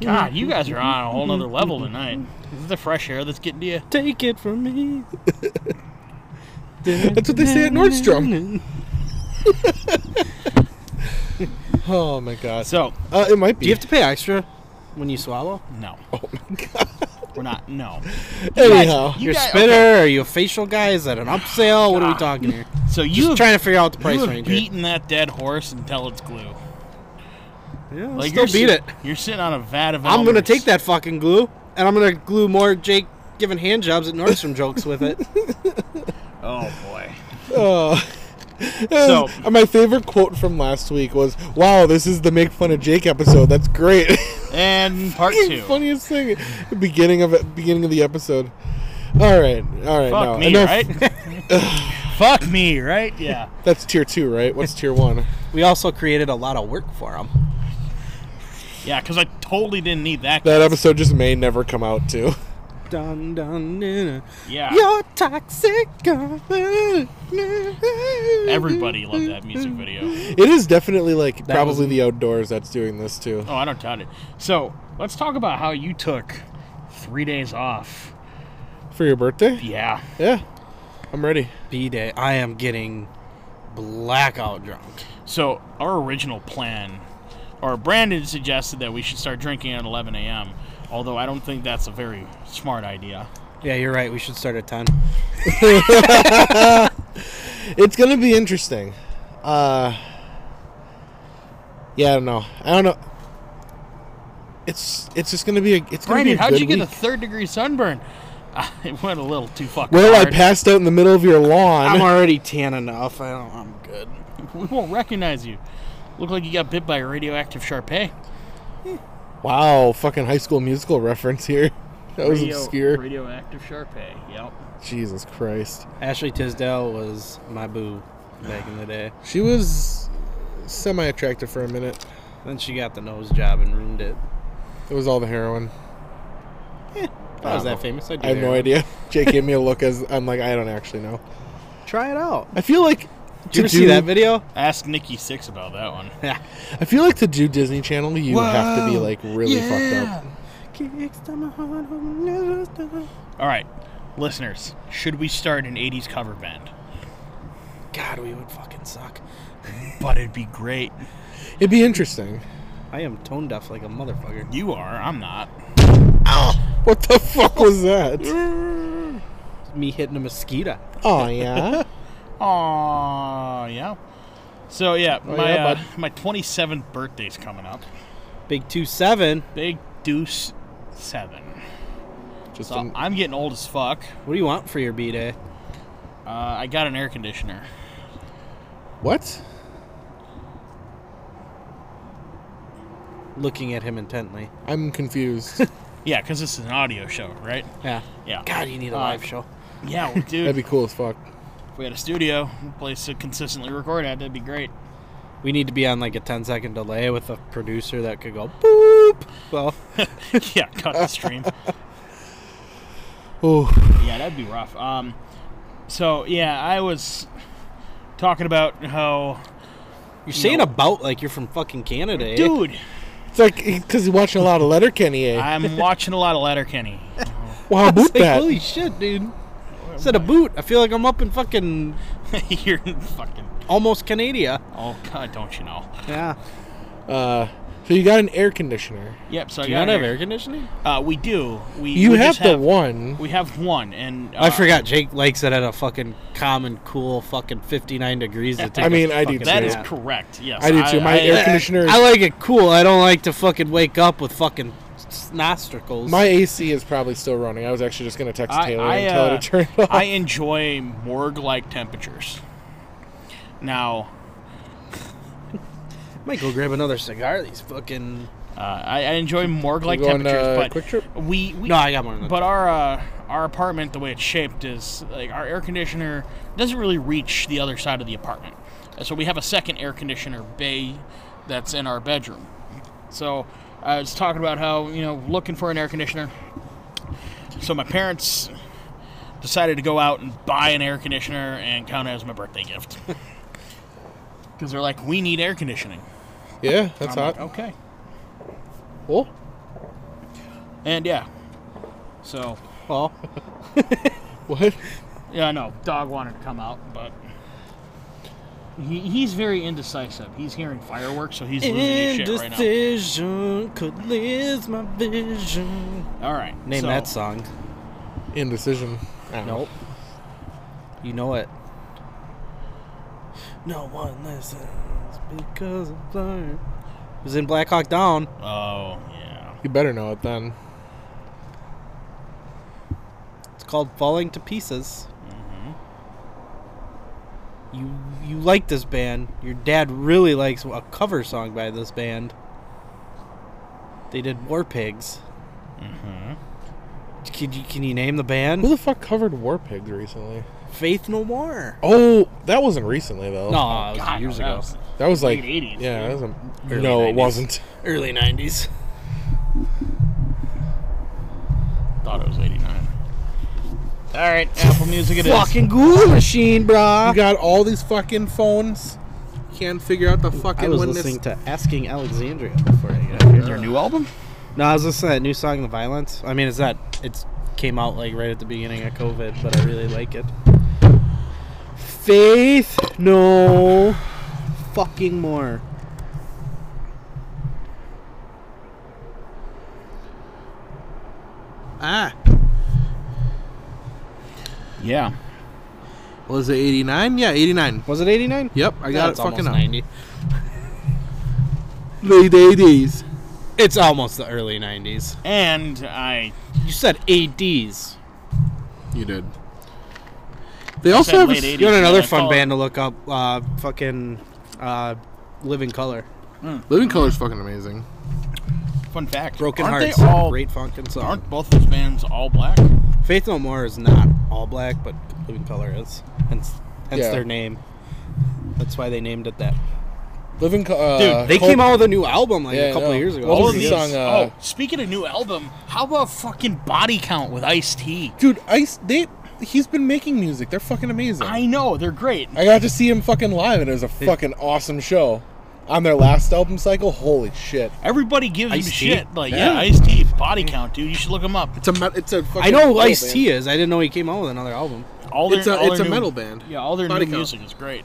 S3: God, you guys are on a whole nother level tonight. This is the fresh air that's getting to you.
S1: Take it from me.
S2: That's what they say at Nordstrom. Oh my god.
S3: So
S2: uh, it might be.
S1: Do you have to pay extra when you swallow?
S3: no. Oh my god. We're not. No.
S2: Anyhow,
S1: You're a
S3: guys-
S1: spitter? Are you a facial guy? Is that an upsell? What are we talking here?
S3: okay, so you
S1: Just
S3: have,
S1: trying to figure out the price
S3: you have
S1: range. here.
S3: beaten that dead horse until it's glue.
S1: yeah,
S3: Like
S1: still
S3: you're
S1: beat
S3: sit-
S1: it.
S3: You're sitting on a vat of.
S1: I'm gonna
S3: Elmer's.
S1: take that fucking glue, and I'm gonna glue more Jake giving hand jobs at Nordstrom jokes with it.
S3: Oh boy.
S2: Uh,
S3: So-
S2: and my favorite quote from last week was, "Wow, this is the make fun of Jake episode. That's great."
S3: And part two.
S2: Funniest thing, beginning of it- beginning of the episode. All right, all right.
S3: Fuck
S2: no,
S3: me,
S2: enough.
S3: right? Fuck me, right? Yeah.
S2: That's tier two, right? What's tier one?
S1: we also created a lot of work for him.
S3: Yeah, because I totally didn't need that.
S2: That uh, episode just may never come out too.
S1: Dun dun. dun, dun.
S3: yeah.
S1: You're toxic. Everybody
S3: Everybody loved that music video.
S2: It is definitely like
S1: That
S2: probably
S1: was-
S2: the outdoors that's doing this too.
S3: Oh, I don't doubt it. So let's talk about how you took three days off.
S2: For your birthday?
S3: Oh. Yeah.
S2: Yeah, I'm ready.
S1: B day. I am getting blackout drunk.
S3: So our original plan, or Brandon suggested that we should start drinking at 11 a.m. Although I don't think that's a very smart idea.
S1: Yeah, you're right. We should start at ten.
S2: It's gonna be interesting. Uh, yeah, I don't know. I don't know. It's it's just gonna be a it's gonna
S3: Brandon,
S2: be a
S3: how'd
S2: good
S3: you get a
S2: week.
S3: third degree sunburn? it went a little too fucking
S2: Well, I
S3: hard.
S2: passed out in the middle of your lawn.
S1: I'm already tan enough. I don't, I'm good.
S3: we won't recognize you. Look like you got bit by a radioactive Sharpay.
S2: wow, fucking High School Musical reference here. That was obscure.
S3: Radioactive Sharpay. Yep.
S2: Jesus Christ.
S1: Ashley Tisdale was my boo back in the day.
S2: She was semi-attractive for a minute.
S1: Then she got the nose job and ruined it.
S2: It was all the heroin.
S1: I was that famous?
S2: I have no idea. Jake gave me a look as I'm like, I don't actually know.
S1: Try it out.
S2: I feel like
S1: Did you ever
S2: to
S1: see
S2: do-
S1: that video?
S3: Ask Nikki Six about that one.
S1: Yeah.
S2: I feel like to do Disney Channel, you have to be
S3: Whoa.
S2: like really fucked up.
S3: All right, listeners, should we start an 80s cover band?
S1: God, we would fucking suck.
S3: But it'd be great.
S2: It'd be interesting.
S1: I am tone deaf like a motherfucker.
S3: You are, I'm not.
S2: What the fuck was that?
S1: Me hitting a mosquito.
S2: Oh yeah.
S3: Aw, yeah. So yeah,
S2: Oh,
S3: my
S2: yeah,
S3: uh,
S2: bud.
S3: my 27th birthday's coming up.
S1: Big two seven.
S3: Big Deuce Seven.
S2: Just
S3: So
S2: an-
S3: I'm getting old as fuck.
S1: What do you want for your b day?
S3: Uh, I got an air conditioner.
S2: what?
S1: Looking at him intently.
S2: I'm confused.
S3: Yeah, because this is an audio show, right?
S1: Yeah.
S3: Yeah.
S1: God, you need a
S3: Uh,
S1: live show.
S3: Yeah, well,
S2: That'd
S3: dude.
S2: be cool as fuck.
S3: if we had a studio, a place to consistently record at, that'd be great.
S1: We need to be on like a 10 second delay with a producer that could go boop. Well,
S3: yeah, cut the stream.
S2: Oh,
S3: Yeah, that'd be rough. Um, so yeah, I was talking about how,
S1: you're saying
S3: No.
S1: about like you're from fucking Canada. eh?
S3: dude,
S2: it's like because you're watching a lot of Letterkenny. Eh?
S3: I'm watching a lot of Letterkenny.
S2: Wow,
S1: It's
S2: boot
S1: like,
S2: that.
S1: holy shit, dude. Instead of boot, I feel like I'm up in fucking
S3: You're fucking.
S1: almost Canada.
S3: Oh God, don't you know?
S1: Yeah.
S2: Uh, so you got an air conditioner.
S3: Yep. So
S1: Do you
S3: I
S1: not
S3: got
S1: have
S3: here.
S1: air conditioning?
S3: Uh, we do. We
S2: You
S3: we
S2: have
S3: just
S2: the one.
S3: We have one, and uh,
S1: I forgot Jake likes it at a fucking calm and cool fucking 59 degrees to take
S2: I mean,
S1: a
S2: I do
S1: fucking
S3: That is
S1: nap.
S3: correct. Yes,
S2: I do too. My air
S1: I-
S2: conditioner is-
S1: I like it cool. I don't like to fucking wake up with fucking s- nostrils.
S2: My AC is probably still running. I was actually just gonna text
S3: I,
S2: Taylor
S3: I,
S2: and tell her
S3: uh,
S2: to turn it off.
S3: I enjoy morgue-like temperatures. Now,
S1: might go grab another cigar. These fucking
S3: uh, I, I enjoy morgue-like
S2: You going, uh,
S3: temperatures, but
S2: Quick Trip?
S3: we, we
S1: no, I got more than that.
S3: But our uh, our apartment, the way it's shaped, is like our air conditioner doesn't really reach the other side of the apartment. And So we have a second air conditioner bay that's in our bedroom. So I was talking about how you know looking for an air conditioner. So my parents decided to go out and buy an air conditioner and count it as my birthday gift because they're like, we need air conditioning.
S2: yeah, that's
S3: I'm
S2: hot.
S3: like, okay.
S2: Cool.
S3: And yeah, so
S1: Well,
S2: What?
S3: yeah, I know dog wanted to come out, but He, he's very indecisive. He's hearing fireworks, so he's losing his shit right now.
S1: Indecision could lose my vision.
S3: All right,
S1: Name
S3: so-
S1: that song.
S2: Indecision. I don't know.
S1: Nope. You know it. No one listens because of time. It was in Black Hawk Down.
S3: Oh yeah.
S2: You better know it then.
S1: It's called Falling to Pieces. Mm-hmm. You you like this band. Your dad really likes a cover song by this band. They did War Pigs. Mm-hmm. Can you can you name the
S2: Who
S1: band?
S2: the fuck covered War Pigs recently?
S1: Faith No More.
S2: Oh, that wasn't recently though.
S1: No, it was years
S3: that
S1: ago.
S3: was-
S2: that was like
S3: late 80s,
S2: Yeah, that
S3: dude.
S2: was a,
S1: Early
S2: no, it
S1: 90s.
S2: wasn't.
S1: Early '90s.
S3: Thought it was '89. All right, Apple Music. It is.
S1: Fucking Google Machine, brah.
S2: You got all these fucking phones. Can't figure out the fucking
S1: I was
S2: when
S1: listening
S2: this.
S1: to Asking Alexandria before I got here.
S3: Your new album?
S1: No, I was listening to that new song, The Violence. I mean, it's not. It's came out like right at the beginning of COVID, but I really like it. Faith, no, fucking more.
S2: ah,
S3: Yeah.
S2: was it eighty nine? Yeah, eighty nine.
S1: Was it eighty nine?
S2: Yep, I got it fucking up.
S1: ninety.
S2: Late eighties.
S1: It's almost the early nineties.
S3: And I
S1: You said eighties.
S2: You did. They also have. a
S3: late
S2: s-
S3: 80s.
S1: You want another
S3: Yeah,
S1: fun
S3: call it-
S1: band to look up? Uh, fucking, uh, Living Color.
S2: Living Color's fucking amazing.
S3: fun fact.
S1: Broken
S3: aren't
S1: Hearts.
S3: They all,
S1: Great fucking song.
S3: Aren't both those bands all black?
S1: Faith No More is not all black, but Living Color is. Hence, hence
S2: Yeah.
S1: their name. That's why they named it that.
S2: Living uh, Color.
S3: Dude,
S1: They came out with a new album like
S2: Yeah, I
S1: a couple
S2: know.
S1: of years ago.
S2: What
S1: That
S2: was
S1: pretty
S2: the
S1: good.
S2: song, uh,
S3: oh, speaking of new album, how about fucking Body Count with Ice T?
S2: Dude, Ice. They. He's been making music. They're fucking amazing.
S3: I know they're great.
S2: I got to see him fucking live, and it was a fucking awesome show. On their last album cycle, holy shit!
S3: Everybody gives him
S1: Ice-T?
S3: shit. Like
S2: Yeah.
S3: yeah, Ice T, Body Count, dude. You should look him up.
S2: It's a me- it's a fucking
S1: I know
S2: metal
S1: who Ice
S2: band.
S1: T is. I didn't know he came out with another album.
S3: All
S2: It's
S3: their,
S2: a-
S3: all
S2: it's
S3: their
S2: a
S3: new-
S2: metal band.
S3: Yeah, all their
S2: Body
S3: new
S2: Count.
S3: music is great.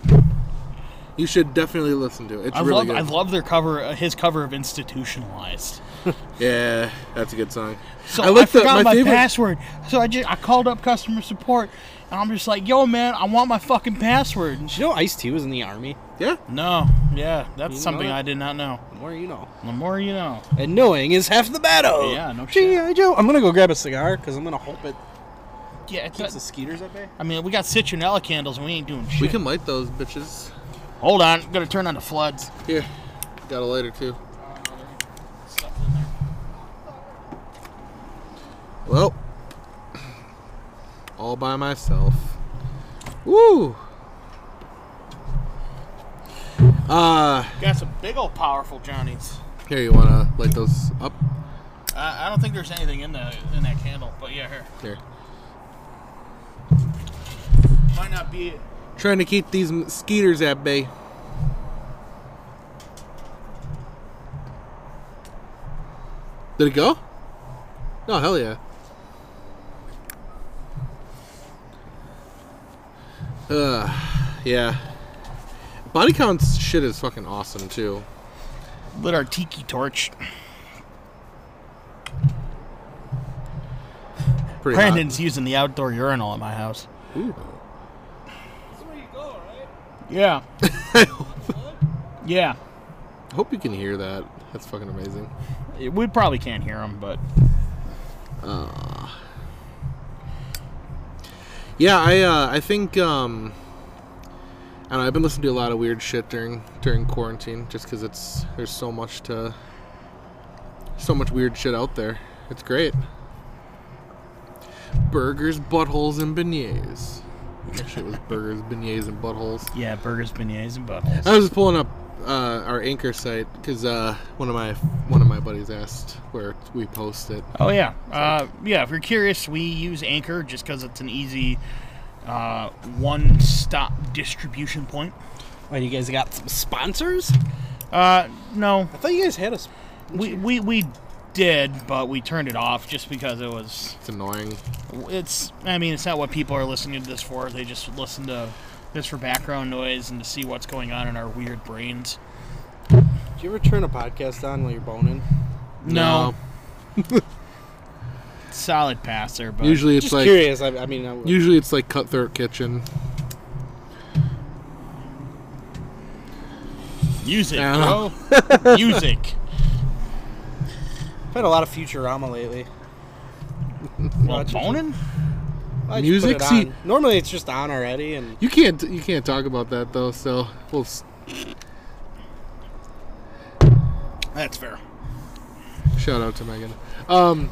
S2: You should definitely listen to it. It's
S3: I
S2: really
S3: love
S2: good.
S3: I love their cover uh, his cover of Institutionalized.
S2: yeah, that's a good song.
S3: So
S2: I
S3: I,
S2: like the-
S3: forgot
S2: my
S3: my,
S2: favorite-
S3: password. So I just I called up customer support and I'm just like, "Yo man, I want my fucking password." And she-
S1: Did you know Ice T was in the army?
S2: Yeah,
S3: no. Yeah, that's
S1: know
S3: something
S1: that?
S3: I did not know.
S1: The more you know.
S3: The more you know.
S1: And knowing is half the battle.
S3: Yeah, no shit.
S1: G.I. Joe. I'm gonna go grab a cigar because I'm gonna hope it
S3: Yeah, it's
S1: keeps the skeeters at bay.
S3: I mean, we got citronella candles and we ain't doing shit.
S2: we can light those bitches.
S3: Hold on, I'm gonna turn on the floods.
S2: Here, got a lighter too. Well, all by myself. Woo. Uh,
S3: Got some big old powerful Johnnies.
S2: here you wanna light those up?
S3: I, I don't think there's anything in the in that candle, but yeah, here
S2: Here.
S3: might not be.
S2: Trying to keep these mosquitoes at bay. Did it go? No, hell yeah. Ugh, yeah. Body count's shit is fucking awesome too.
S3: Lit our tiki torch.
S2: Pretty hot.
S3: Brandon's using the outdoor urinal at my house.
S2: Ooh.
S3: Yeah. yeah.
S2: I hope you can hear that. That's fucking amazing.
S3: It- We probably can't hear him, but
S2: Yeah, I uh, I think um, I don't know, I've been listening to a lot of weird shit during during quarantine, just because it's there's so much to so much weird shit out there. It's great. Burgers, buttholes, and beignets. That shit was burgers, beignets, and buttholes.
S3: yeah, burgers, beignets, and buttholes.
S2: I was just pulling up uh, our anchor site because uh, one of my one of my buddies asked where we post it.
S3: Oh yeah, uh, yeah. If you're curious, we use Anchor just because it's an easy uh, one-stop distribution point.
S1: Wait, Oh, you guys got some sponsors?
S3: Uh, no,
S1: I thought you guys had a. Sp-
S3: we, we we did, but we turned it off just because it was
S2: It's annoying.
S3: it's. I mean, it's not what people are listening to this for. They just listen to this for background noise and to see what's going on in our weird brains.
S1: Do you ever turn a podcast on while you're boning?
S3: No. Solid passer, but
S4: Usually it's
S1: Just
S4: like
S1: curious. I, I mean, I,
S4: usually it's like Cutthroat Kitchen.
S3: music,
S4: Yeah.
S3: bro. music.
S1: I've had a lot of Futurama lately.
S3: Well, boning?
S1: I just put
S4: Music?
S1: it on.
S4: See-
S1: Normally it's just on already, and
S4: You can't you can't talk about that though. So we'll s-
S3: That's fair.
S4: shout out to Megan. Um,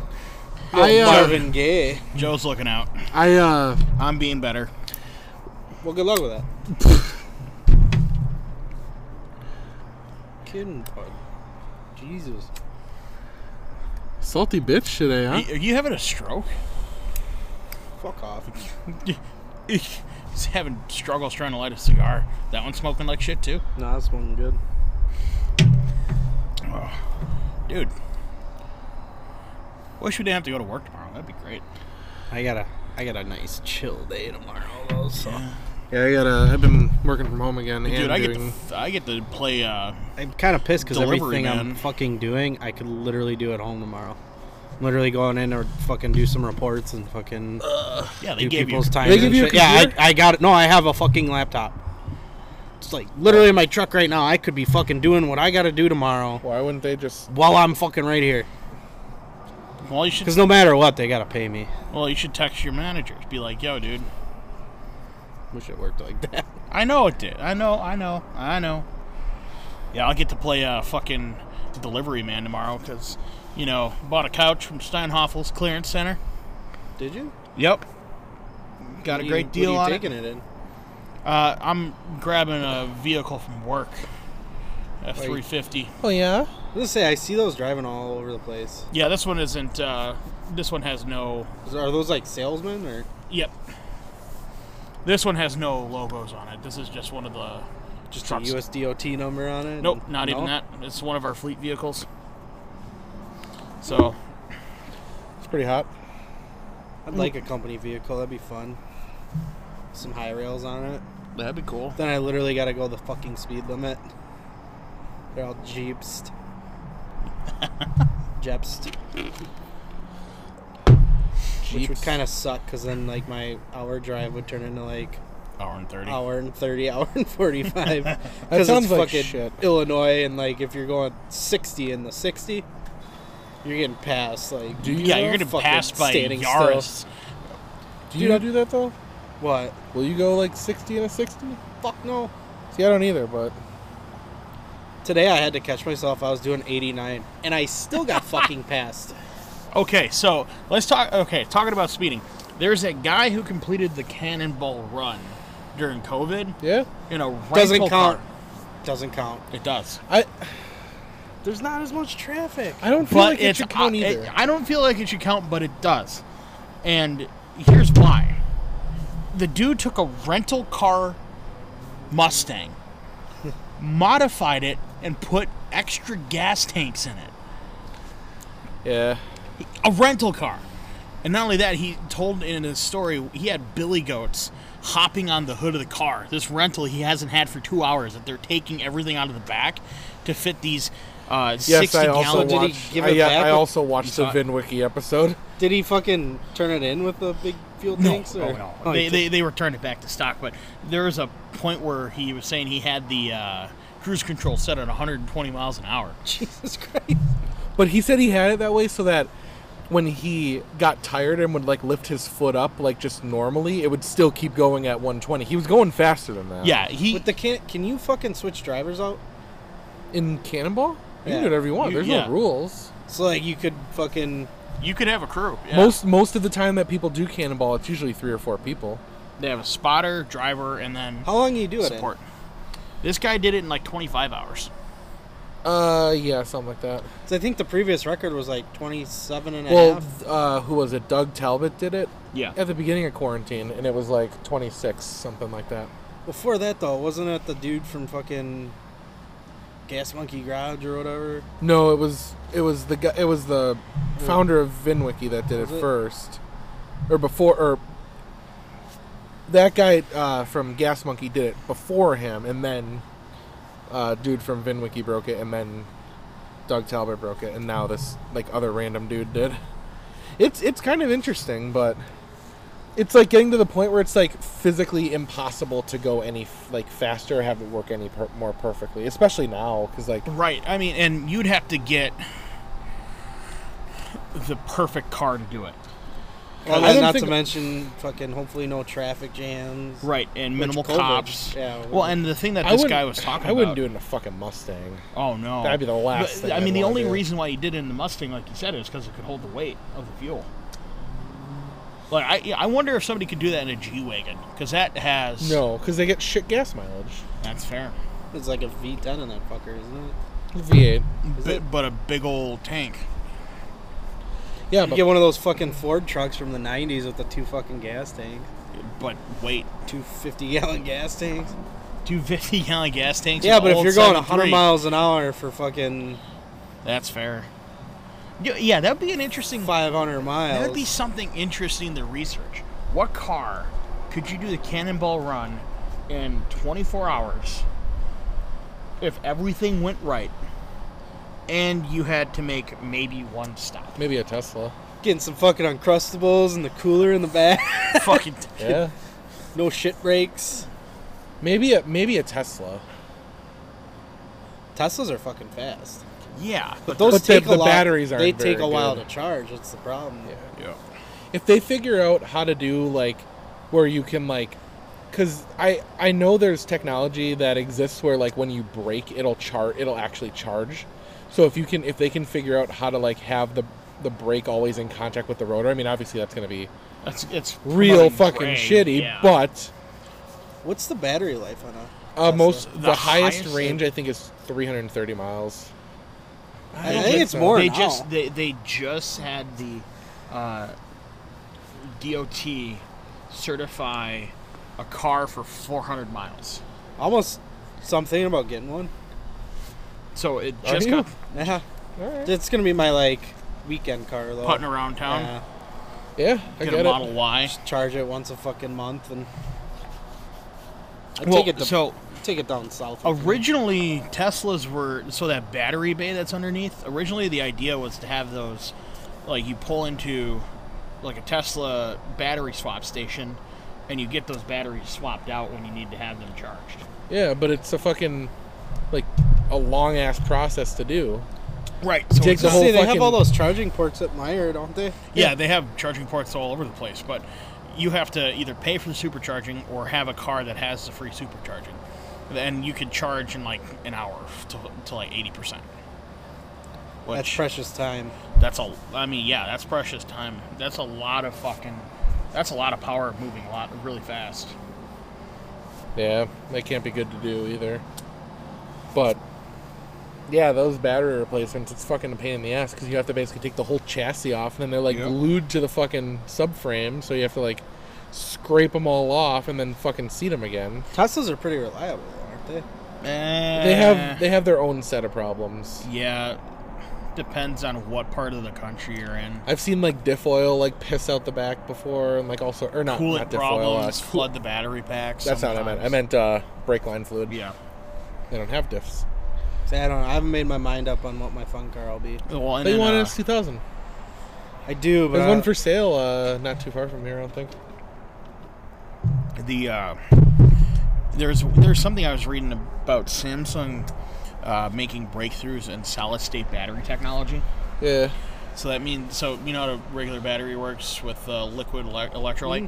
S4: I
S1: Well,
S4: uh,
S1: Marvin Gaye.
S3: Joe's looking out.
S4: I uh,
S3: I'm being better.
S1: Well, good luck with that. Kidding, bud. Jesus.
S4: salty bitch today,
S3: Y-
S4: huh?
S3: Are you having a stroke?
S1: Fuck off.
S3: He's having struggles trying to light a cigar. That one's smoking like shit too.
S1: No, that's one good.
S3: Dude. Wish we didn't have to go to work tomorrow. That'd be great.
S1: I got a, I got a nice chill day tomorrow though. So
S4: Yeah, I gotta. I've been working from home again, and
S3: Dude, I get, to,
S4: doing-
S3: f- I get to play. Uh,
S1: I'm kind of pissed because
S3: Delivery
S1: everything
S3: man.
S1: I'm fucking doing, I could literally do at home tomorrow. I'm literally going in or fucking do some reports and fucking
S3: yeah, they
S1: do
S3: gave you.
S1: people's time.
S4: They give you a
S1: yeah,
S4: computer?
S1: I, I got it. No, I have a fucking laptop. It's like literally in my truck right now. I could be fucking doing what I got to do tomorrow
S2: Why wouldn't they just?
S1: while I'm fucking right here.
S3: Well, you should.
S1: Because no matter what, they gotta pay me.
S3: Well, you should text your managers. Be like, "Yo, dude,
S1: Wish it worked like that.
S3: I know it did. I know. I know. I know." Yeah, I'll get to play uh, fucking delivery man tomorrow because, you know, bought a couch from Steinhoffel's clearance center.
S1: Did you?
S3: Yep. Got a great deal
S1: what are
S3: on
S1: you
S3: it.
S1: taking it, in?
S3: Uh, I'm grabbing a vehicle from work. A 350.
S2: Oh yeah.
S1: I was gonna say I see those driving all over the place.
S3: Yeah, this one isn't. Uh, this one has no.
S1: Is- Are those like salesmen or?
S3: Yep. This one has no logos on it. This is just one of the.
S1: Just a
S3: Trucks.
S1: USDOT number on it.
S3: Nope, not even
S1: No?
S3: that. It's one of our fleet vehicles. So
S2: It's pretty hot.
S1: I'd like a company vehicle. That'd be fun. Some high rails on it.
S3: that'd be cool.
S1: Then I literally gotta go the fucking speed limit. They're all jeeps. Jeps. Which would kind of suck because then like my hour drive would turn into like
S3: Hour and thirty.
S1: hour and 30 hour and 45
S2: That
S1: because it's
S2: sounds like
S1: fucking
S2: shit.
S1: illinois and like if you're going 60 in the 60 you're getting past like
S2: Do you?
S3: yeah, you're
S2: though?
S3: gonna
S1: fucking
S3: pass by
S1: standing
S3: Yaris.
S2: Do you
S1: Dude, I-
S2: do that though?
S1: what
S2: Will you go like sixty and a sixty?
S1: fuck no
S2: See, I don't either, but
S1: today i had to catch myself i was doing 89 and i still got fucking passed
S3: Okay, so let's talk. Okay, talking about speeding. There's a guy who completed the Cannonball Run during COVID
S2: yeah.
S3: in a
S1: doesn't
S3: rental
S1: count
S3: car.
S1: doesn't count
S3: It does,
S2: I
S1: there's not as much traffic
S2: I don't feel
S3: but
S2: like it
S3: it's.
S2: should count
S3: I,
S2: either.
S3: it- I don't feel like it should count, but it does. And here's why: the dude took a rental car Mustang, modified it, and put extra gas tanks in it.
S2: yeah.
S3: a rental car. And not only that, he told in his story he had billy goats hopping on the hood of the car. This rental he hasn't had for two hours that they're taking everything out of the back to fit these uh,
S2: Yes,
S3: sixty
S2: I
S3: gallon.
S2: also
S1: did he
S2: watched.
S1: give
S2: I,
S1: it
S2: yeah,
S1: back?
S2: I also watched the
S3: saw it.
S2: VinWiki episode.
S1: did he fucking turn it in with the big fuel
S3: no,
S1: tanks
S3: oh,
S1: or
S3: no.
S1: Oh, he
S3: they,
S1: did.
S3: they, they returned it back to stock, but there was a point where he was saying he had the uh, cruise control set at 120 miles an hour.
S1: jesus christ
S2: But he said he had it that way so that when he got tired and would like lift his foot up like just normally, it would still keep going at 120. He was going faster than that.
S3: Yeah, he.
S1: with the can can you fucking switch drivers out
S2: In Cannonball, you
S1: Yeah.
S2: can do whatever you want.
S3: You-
S2: There's
S3: yeah.
S2: no rules.
S1: so like you could fucking
S3: you could have a crew. yeah.
S2: Most most of the time that people do Cannonball, it's usually three or four people.
S3: they have a spotter, driver, and then
S1: how long do you do it in?
S3: support. This guy did it in like 25 hours.
S2: Uh, yeah, something like that.
S1: So I think the previous record was like 27 and a
S2: Well,
S1: half.
S2: uh, who was it? Doug Talbot did it
S3: Yeah.
S2: at the beginning of quarantine, and it was like 26, something like that.
S1: Before that, though, wasn't it the dude from fucking Gas Monkey Garage or whatever?
S2: No, it was it was the guy, it was the founder of VinWiki that did it
S1: Was it?
S2: first, or before, or that guy uh, from Gas Monkey did it before him, and then uh, dude from VinWiki broke it, and then Doug Talbot broke it, and now this like other random dude did. It's it's kind of interesting, but it's like getting to the point where it's like physically impossible to go any f- like faster, or have it work any per- more perfectly, especially now because like
S3: Right. I mean, and you'd have to get the perfect car to do it.
S1: Well,
S2: I
S1: then
S2: don't
S1: not to
S2: think-
S1: mention fucking hopefully no traffic jams.
S3: Right. And minimal
S1: COVID,
S3: cops.
S1: yeah,
S3: well, and the thing that
S2: I
S3: this
S2: wouldn't-
S3: guy was talking
S2: I wouldn't
S3: about.
S2: do it in a fucking Mustang.
S3: Oh no.
S2: That'd be the last
S3: But,
S2: thing
S3: I
S2: I'd
S3: mean, the
S2: wanna
S3: only
S2: do.
S3: reason why he did it in the Mustang, like you said, is because it could hold the weight of the fuel. Like I, yeah, I wonder if somebody could do that in a G wagon because that has
S2: No, because they get shit gas mileage.
S3: That's fair.
S1: It's like a V10 in that fucker, isn't it?
S2: V8.
S3: Bi- but a big old tank.
S2: Yeah,
S1: You
S2: but
S1: get one of those fucking Ford trucks from the 90s with the two fucking gas tanks.
S3: But wait,
S1: Two 50 gallon gas tanks.
S3: two 50 gallon gas tanks.
S1: Yeah,
S3: and
S1: but if
S3: old
S1: you're going 100
S3: 73,
S1: miles an hour for fucking
S3: that's fair. Y- Yeah, that'd be an interesting.
S1: 500 miles.
S3: That'd be something interesting to research. What car could you do the cannonball run in 24 hours if everything went right and you had to make maybe one stop?
S2: maybe a Tesla.
S1: Getting some fucking Uncrustables and the cooler in the back.
S3: Fucking.
S2: Yeah.
S1: no shit brakes.
S2: Maybe a maybe a Tesla.
S1: Teslas are fucking fast.
S3: Yeah.
S1: But those
S2: But the-
S1: take a
S2: the
S1: lot-
S2: batteries aren't
S1: They take
S2: very
S1: a while
S2: good.
S1: to charge. That's the problem.
S3: Yeah.
S2: If they figure out how to do like where you can like cuz I I know there's technology that exists where like when you brake it'll char it'll actually charge. So if you can if they can figure out how to like have the the brake always in contact with the rotor, I mean obviously that's going to be
S3: That's it's
S2: real
S3: promoting
S2: fucking
S3: gray,
S2: shitty,
S3: yeah.
S2: but
S1: What's the battery life on a?
S2: uh,
S1: Tesla?
S2: most the,
S3: The
S2: highest,
S3: highest-
S2: range I think is 330 miles.
S1: I think it's more
S3: They
S1: now.
S3: just they, they just had the uh, DOT certify a car for 400 miles.
S1: almost. So I'm thinking about getting one.
S3: So it
S2: Are
S3: just
S2: you?
S3: got
S1: Yeah,
S2: All right.
S1: it's gonna be my like weekend car though.
S3: putting around town.
S1: Yeah.
S2: Yeah, I
S3: get,
S2: get
S3: a
S2: it.
S3: Model Y.
S1: Just charge it once a fucking month and. I
S3: Well,
S1: take it to,
S3: so-
S1: take it down south. with me.
S3: Originally, Teslas were so that battery bay that's underneath. Originally, the idea was to have those, like you pull into, like a Tesla battery swap station, and you get those batteries swapped out when you need to have them charged.
S2: Yeah, but it's a fucking like a long ass process to do.
S3: Right. So
S2: Take
S3: it's
S2: the
S3: not-
S2: whole
S1: See, they have
S2: fucking-
S1: all those charging ports at Meyer, don't they?
S3: Yeah, they have charging ports all over the place, but you have to either pay for the supercharging or have a car that has the free supercharging. And you could charge in like an hour to, to like 80%.
S1: That's
S3: Which
S1: precious time.
S3: that's a I mean, yeah, that's precious time. That's a lot of fucking that's a lot of power moving a lot really fast.
S2: Yeah, that can't be good to do either. But yeah, those battery replacements, it's fucking a pain in the ass because you have to basically take the whole chassis off, and then they're like
S3: Yep.
S2: glued to the fucking subframe, so you have to like scrape them all off and then fucking seat them again.
S1: Teslas are pretty reliable, aren't they?
S2: They
S3: Eh.
S2: have they have their own set of problems.
S3: Yeah. Depends on what part of the country you're in.
S2: I've seen like diff oil like piss out the back before, and like also or not,
S3: Coolant
S2: not diff oil. Uh,
S3: problems, flood the battery packs.
S2: that's not what I meant. I
S3: sometimes.
S2: meant uh, brake line fluid.
S3: Yeah.
S2: They don't have diffs.
S1: See, I don't. know. I haven't made my mind up on what my fun car will be.
S3: Well, and
S2: They
S3: then,
S2: want
S3: uh,
S2: an S two thousand.
S1: I do, but
S2: There's
S1: I-
S2: one for sale, uh, not too far from here, I don't think.
S3: the uh, there's there's something I was reading about Samsung uh, making breakthroughs in solid state battery technology.
S2: Yeah.
S3: So that means so you know how a regular battery works with uh, liquid elec electrolyte.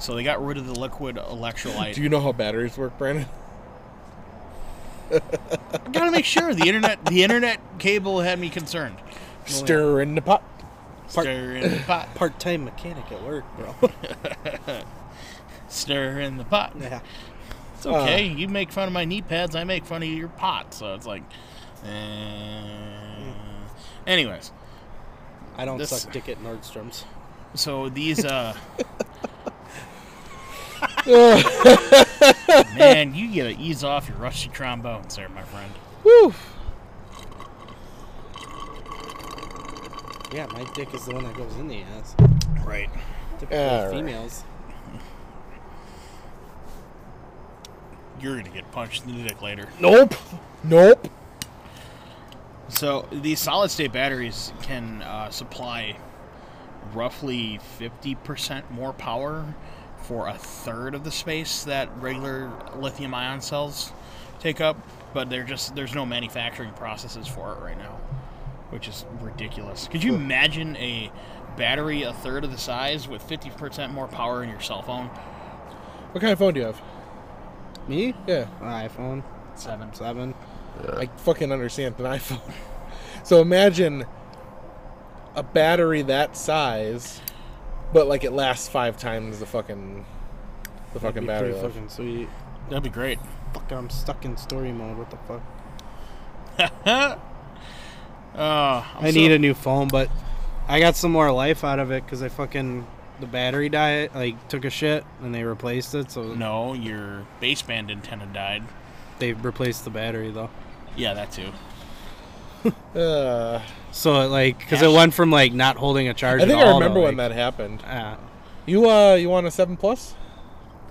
S3: So they got rid of the liquid electrolyte.
S2: Mm-hmm. Do you know how batteries work, Brandon?
S3: Oh, gotta make sure the internet the internet cable had me concerned.
S2: Stir in the pot.
S3: Stir in the pot.
S1: part-time mechanic at work, bro.
S3: Stir in the pot.
S1: yeah.
S3: It's
S2: Uh.
S3: okay. you make fun of my knee pads. I make fun of your pot. So it's like.
S2: Mm.
S3: Uh, anyways.
S1: I don't
S3: This-
S1: suck dick at Nordstrom's.
S3: So these, uh. Man, you gotta ease off your rusty trombones there, my friend.
S2: Woo!
S1: Yeah, my dick is the one that goes in the ass.
S3: Right.
S1: Typically
S2: Alright.
S1: females.
S3: you're gonna get punched in the dick later.
S5: Nope. Nope.
S3: So these solid state batteries can uh, supply roughly 50% more power for a third of the space that regular lithium ion cells take up, but they're just there's no manufacturing processes for it right now, which is ridiculous. Could you imagine a battery a third of the size with 50% more power in your cell phone?
S2: What kind of phone do you have?
S1: Me?
S2: Yeah,
S1: iPhone
S3: Seven.
S1: seven.
S2: I fucking understand an iPhone. So imagine a battery that size, but like it lasts five times the fucking the fucking battery. life.
S1: fucking sweet.
S3: That'd be great.
S1: Fuck, I'm stuck in story mode. What the fuck?
S3: Uh, I'm
S1: I
S3: so-
S1: need a new phone, but I got some more life out of it because I fucking the battery diet like took a shit and they replaced it. So
S3: No, your baseband antenna died.
S1: they replaced the battery though.
S3: Yeah, that too.
S2: Uh,
S1: So it, like because it went from like not holding a charge.
S2: I think
S1: at
S2: I
S1: all to,
S2: remember when
S1: like,
S2: that happened.
S1: uh,
S2: You uh, you want a seven plus?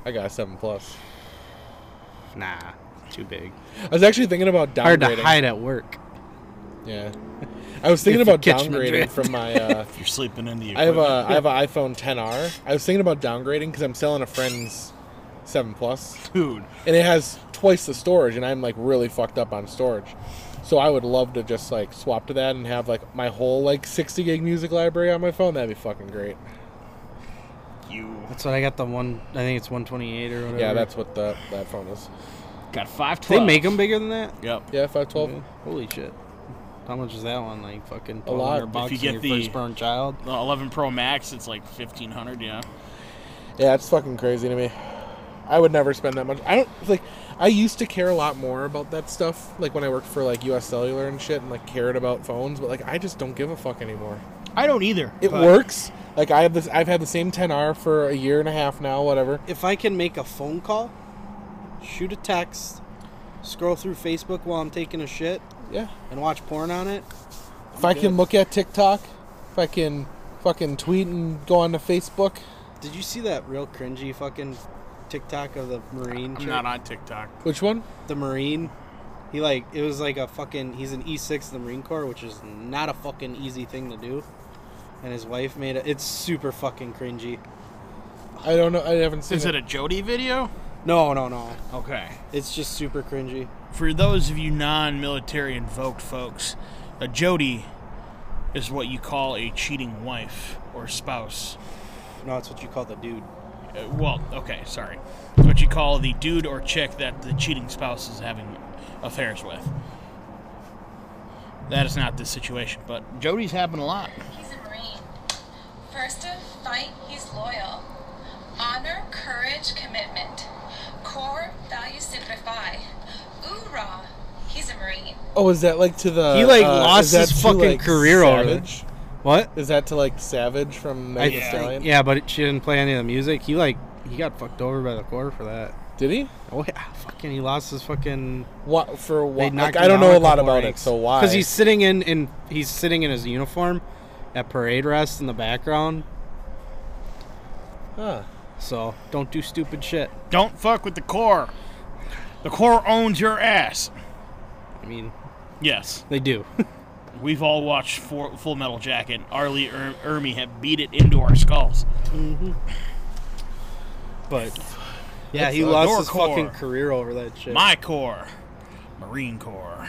S2: I got a seven plus.
S1: nah, too big.
S2: I was actually thinking about downgrading.
S1: Hard to hide at work.
S2: Yeah, I was thinking
S1: If you
S2: about
S1: catch my
S2: downgrading
S1: drift.
S2: from my. Uh,
S3: If you're sleeping in the
S2: I have a
S3: equipment.
S2: I have an iPhone 10R. I was thinking about downgrading because I'm selling a friend's seven plus.
S3: dude.
S2: and it has twice the storage and i'm like really fucked up on storage so i would love to just like swap to that and have like my whole like 60 gig music library on my phone that'd be fucking great
S3: You
S1: That's what I got. The one I think it's 128 or whatever.
S2: yeah that's what the, that phone is
S3: got five
S1: They
S3: twelve.
S1: make them bigger than that.
S3: Yep.
S2: yeah 512
S1: Holy shit! How much is that one? Like fucking
S2: A lot.
S1: 1200
S2: If
S1: bucks.
S3: you
S1: and
S3: get
S1: your
S3: the-
S1: firstborn child.
S3: The 11 Pro Max, it's like 1500. Yeah.
S2: yeah it's fucking crazy to me i would never spend that much i don't like i used to care a lot more about that stuff like when i worked for like us cellular and shit and like cared about phones but like i just don't give a fuck anymore
S3: I don't either.
S2: it
S3: but-
S2: works like i have this i've had the same 10r for a year and a half now whatever
S1: if I can make a phone call, shoot a text, scroll through Facebook while I'm taking a shit,
S2: yeah
S1: and watch porn on it,
S2: If I
S1: Okay.
S2: can look at TikTok, if I can fucking tweet and go on to Facebook,
S1: did you see that real cringy fucking TikTok of the Marine?
S3: I'm
S1: chick-
S3: not on TikTok.
S2: which one?
S1: the Marine. He like it was like a fucking. He's an E6 in the Marine Corps, which is not a fucking easy thing to do. And his wife made it. It's super fucking cringy.
S2: I don't know. I haven't seen
S3: Is it a Jody video?
S1: No, no, no.
S3: Okay.
S1: It's just super cringy.
S3: For those of you non military invoked folks, a Jody is what you call a cheating wife or spouse.
S1: No, it's what you call the dude.
S3: Uh, well, okay, sorry. It's what you call the dude or chick that the cheating spouse is having affairs with. That is not this situation, but Jody's happened a lot.
S6: He's a Marine. First to fight, he's loyal. Honor, courage, commitment. Core values simplify. Oorah, he's a Marine.
S2: Oh, is that like to the?
S1: He, like,
S2: uh,
S1: lost
S2: is that
S1: his
S2: to,
S1: fucking
S2: like,
S1: career over
S2: Savage?
S1: What?
S2: Is that to like Savage from
S1: I
S2: Megan Thee
S1: think,
S2: Stallion?
S1: yeah, but she didn't play any of the music. He like he got fucked over by the Corps for that.
S2: Did he?
S1: Oh yeah, fucking he lost his fucking.
S2: What for?
S1: They
S2: What?
S1: knocked
S2: Like, I don't know a lot about it, so why?
S1: Because he's sitting in in he's sitting in his uniform at parade rest in the background.
S2: Huh.
S1: So don't do stupid shit.
S3: Don't fuck with the core. The core owns your ass.
S1: I mean,
S3: Yes,
S1: they do.
S3: we've all watched Full Full Metal Jacket. Arlie er- Ermy have beat it into our skulls.
S1: but yeah, he
S3: That's, uh,
S1: lost
S3: your
S1: his
S3: Corps.
S1: fucking career over that shit.
S3: My core, Marine Corps.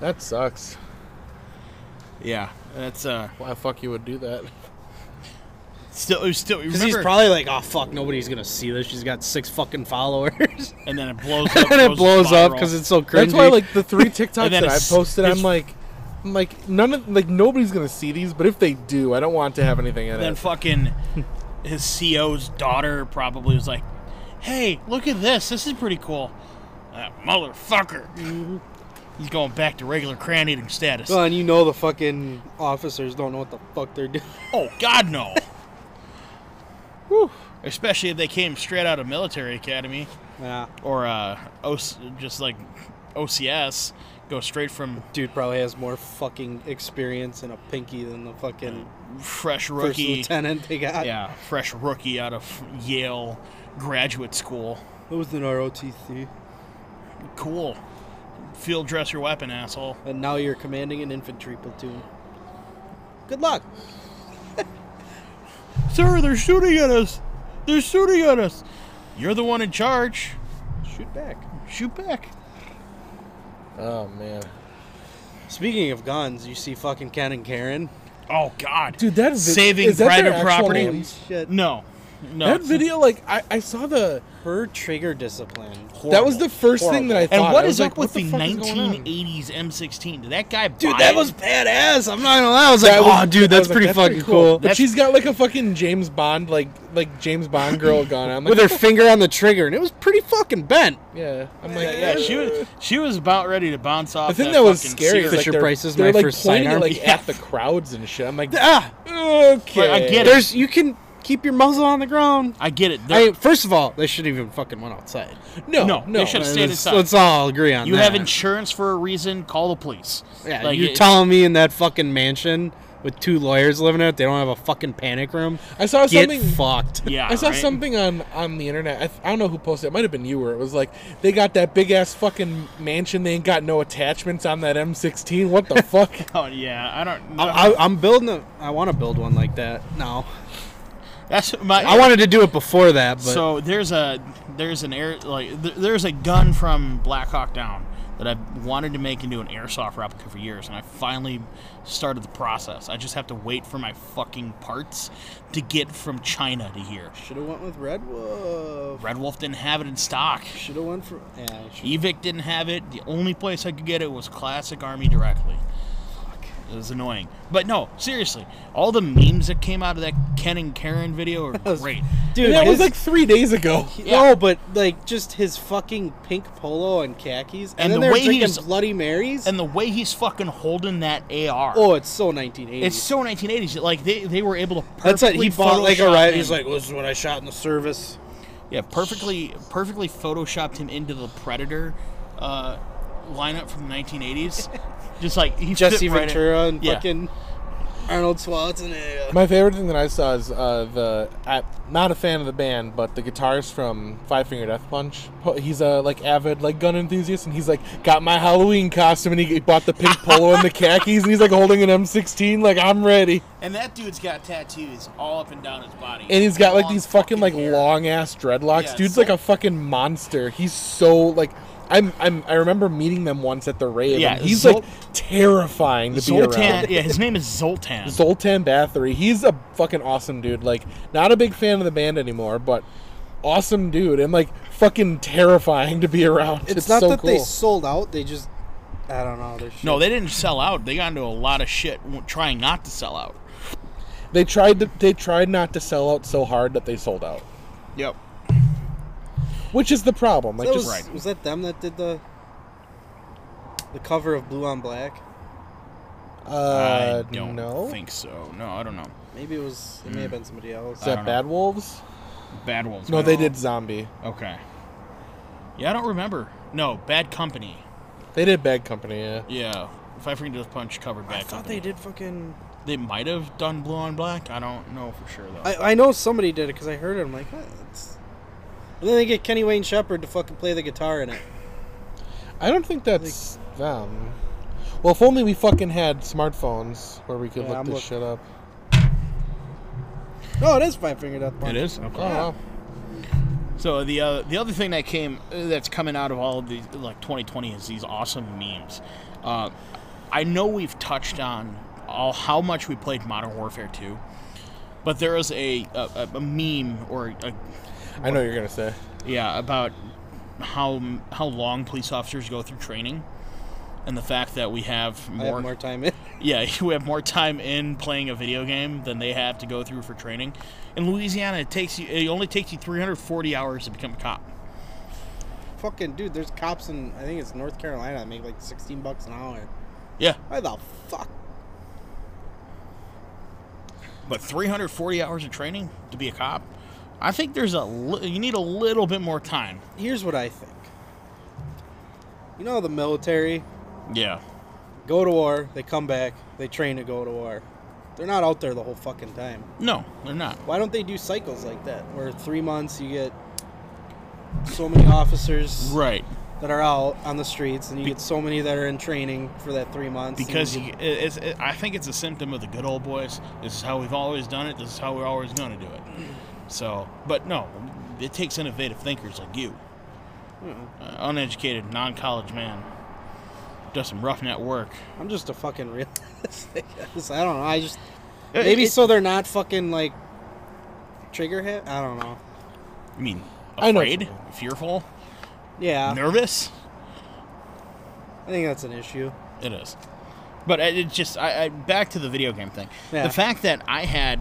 S2: That sucks.
S3: Yeah, that's uh.
S2: Why the fuck you would do that?
S3: Still, it was still.
S1: because he's
S3: Remember,
S1: probably like, oh fuck, nobody's gonna see this. She's got six fucking followers,
S3: and then it blows up.
S1: and it
S3: goes
S1: blows up
S3: viral.
S1: because it's so cringy.
S2: That's why, like, the three TikToks
S3: And then
S2: that I
S3: it's-
S2: posted, I'm
S3: it's-
S2: like, I'm like, none of like nobody's gonna see these, but if they do, I don't want to have anything in
S3: then
S2: it.
S3: fucking his CO's daughter probably was like, "Hey, look at this. This is pretty cool." That motherfucker.
S1: Mm-hmm.
S3: He's going back to regular crayon eating status.
S1: Well, and you know the fucking officers don't know what the fuck they're doing.
S3: Oh God, no. Especially if they came straight out of military academy
S1: Yeah,
S3: or uh, o- just like OCS, go straight from
S1: dude probably has more fucking experience in a pinky than the fucking
S3: fresh
S1: first
S3: rookie.
S1: lieutenant they got.
S3: Yeah, fresh rookie out of Yale graduate school.
S1: it was an ROTC.
S3: Cool. Field dress your weapon, asshole.
S1: And now you're commanding an infantry platoon. Good luck.
S3: Sir, they're shooting at us. They're shooting at us. You're the one in charge.
S1: Shoot back.
S3: Shoot back.
S4: Oh man,
S1: Speaking of guns, you see fucking Ken and Karen.
S3: Oh God,
S2: Dude, that vi-
S3: saving
S2: is that their
S3: private
S2: actual
S3: property.
S2: name?
S1: Shit.
S3: No, no.
S2: That video, like I, I saw the
S1: Her trigger discipline.
S2: that was the first thing that I thought.
S3: and what
S2: I
S3: is
S2: was
S3: up
S2: like, what
S3: with the,
S2: fuck is going on?
S3: 1980s M16? Did that guy
S1: Dude,
S3: buy
S1: that
S3: it?
S1: was badass. I'm not gonna lie. I was like,
S2: That was-
S1: oh, dude,
S2: I
S1: that's
S2: was like,
S1: pretty fucking cool.
S2: But
S3: That's-
S2: she's got like a fucking James Bond, like like James Bond girl gun. I'm like,
S1: With her finger on the trigger, and it was pretty fucking bent.
S2: yeah, I'm like,
S3: Yeah, she was. She was about ready to bounce off.
S2: The thing that was
S3: fucking
S2: scary is
S3: Sears.
S2: like
S1: Fisher
S2: they're,
S1: Price is
S2: they're
S1: my
S2: like
S1: first
S2: pointing it,
S1: sidearm.
S2: like
S3: Yeah.
S2: at the crowds and shit. I'm like,
S1: Ah,
S2: okay,
S3: I get it.
S1: there's you can keep your muzzle on the ground.
S3: I get it.
S1: I, first of all, they shouldn't even fucking went outside.
S2: No,
S3: No,
S2: no,
S3: they should've
S1: Uh,
S3: stayed
S1: let's,
S3: inside.
S1: let's all agree on
S3: you
S1: that.
S3: have insurance for a reason. Call the police.
S1: Yeah,
S3: Like,
S1: you're
S3: it-
S1: telling me in that fucking mansion with two lawyers living in it, they don't have a fucking panic room?
S2: I saw
S1: Get
S2: something.
S1: fucked.
S3: Yeah,
S2: I saw
S3: right?
S2: something on on the internet. I, th- I don't know who posted. it. It might have been you. Where it was like they got that big ass fucking mansion. They ain't got no attachments on that M16. What the fuck?
S3: Oh yeah, I don't. know.
S1: I, I, I'm building a. I want to build one like that now.
S3: That's my.
S1: I wanted to do it before that, but
S3: So there's a there's an air like th- there's a gun from Black Hawk Down that I've wanted to make into an airsoft replica for years, and I finally started the process. I just have to wait for my fucking parts to get from China to here.
S1: should have went with Red Wolf.
S3: Red Wolf didn't have it in stock.
S1: Should have went for. Yeah, I should-
S3: Evic didn't have it. The only place I could get it was Classic Army directly. It was annoying, but no, seriously, all the memes that came out of that Ken and Karen video are
S1: was-
S3: great.
S1: dude,
S2: And that was
S1: his-
S2: like three days ago.
S1: No, but like just his fucking pink polo and khakis, and,
S3: And
S1: then
S3: the
S1: they're
S3: way he
S1: drinking
S3: was-
S1: Bloody Marys.
S3: And the way he's fucking holding that AR.
S1: oh, it's so 1980s.
S3: It's so 1980s. Like they, they were able to.
S1: That's it. He
S3: perfectly
S1: bought like a
S3: Photoshop
S1: ride.
S3: him-
S1: He's like, this is what I shot in the service.
S3: yeah, perfectly, perfectly photoshopped him into the Predator uh, lineup from the 1980s. Just like he
S1: Jesse
S3: fit right in.
S1: Ventura and
S3: Yeah.
S1: fucking Arnold Schwarzenegger.
S4: my favorite thing that I saw is uh, the. I'm not a fan of the band, but the guitarist from Five Finger Death Punch. po- He's a like avid like gun enthusiast, and he's like got my Halloween costume, and he bought the pink polo and the khakis, and he's like holding an M16, like I'm ready.
S3: And that dude's got tattoos all up and down his body.
S4: And he's got like
S3: Long
S4: these fucking like
S3: hair.
S4: long ass dreadlocks.
S3: Yeah, it's
S4: Dude's
S3: so-
S4: like a fucking monster. He's so like I'm I'm I remember meeting them once at the rave.
S3: Yeah,
S4: Yeah, he's
S3: Zol-
S4: like terrifying to be
S3: Zoltan.
S4: around.
S3: Yeah, his name is Zoltan.
S4: Zoltan Bathory. He's a fucking awesome dude. Like not a big fan of the band anymore, but awesome dude and like fucking terrifying to be around. It's,
S1: It's, not
S4: so
S1: that
S4: cool.
S1: they sold out. They just, I don't know. They're shit.
S3: no, they didn't sell out. They got into a lot of shit w- trying not to sell out.
S4: They tried to they tried not to sell out so hard that they sold out.
S3: Yep.
S4: Which is the problem. Like
S1: that
S4: just
S1: was,
S3: right.
S1: was that them that did the the cover of Blue on Black?
S4: uh
S3: I don't
S4: no.
S3: think so. No, I don't know.
S1: Maybe it was. It may have been somebody else.
S4: is that
S3: don't know.
S4: Bad Wolves?
S3: Bad Wolves.
S4: No, they did Zombie.
S3: Okay. Yeah, I don't remember. No, Bad Company.
S4: They did Bad Company, yeah.
S3: Yeah. If I forget to punch covered Bad
S1: I thought
S3: Company.
S1: they did fucking.
S3: They might have done Blue on Black. I don't know for sure though.
S1: I, I know somebody did it because I heard it. I'm like, what? It's... And then they get Kenny Wayne Shepherd to fucking play the guitar in it.
S4: I don't think that's them. Well, if only we fucking had smartphones where we could
S1: Yeah,
S4: look
S1: I'm
S4: this
S1: look-
S4: shit up.
S1: No, Oh, it is Five Finger Death Punch.
S3: Okay.
S4: Oh, wow.
S3: So the uh, the other thing that came uh, that's coming out of all of these like 2020 is these awesome memes. Uh, I know we've touched on all how much we played Modern Warfare 2, but there is a a, a meme or a
S4: I know what you're gonna say.
S3: Yeah, about how how long police officers go through training, and the fact that we have
S1: I
S3: more,
S1: have more time in.
S3: yeah we have more time in playing a video game than they have to go through for training. In Louisiana, it takes you it only takes you 340 hours to become a cop.
S1: fucking dude, there's cops in I think it's North Carolina that make like 16 bucks an hour.
S3: Yeah,
S1: Why the fuck?
S3: but 340 hours of training to be a cop, I think there's a li- you need a little bit more time.
S1: Here's what I think. You know the military
S3: Yeah,
S1: go to war, they come back, they train to go to war. They're not out there the whole fucking time.
S3: no, they're not.
S1: Why don't they do cycles like that? Where three months you get so many officers,
S3: Right.
S4: that are out on the streets, and you get so many that are in training for that three months. and
S3: because
S4: you
S3: you, it, it's, it, I think it's a symptom of the good old boys. This is how we've always done it. This is how we're always going to do it. So, but no, it takes innovative thinkers like you, uh, uneducated, non-college man, does some roughneck work.
S4: get- I'm just a fucking realist. I guess. I don't know. I just maybe so they're not fucking like trigger hit. I don't know.
S3: I mean,
S2: I know what
S3: afraid,
S2: you
S3: fearful,
S4: Yeah,
S3: nervous.
S4: I think that's an issue.
S3: It is. But I- it just, I, I back to the video game thing.
S4: Yeah.
S3: The fact that I had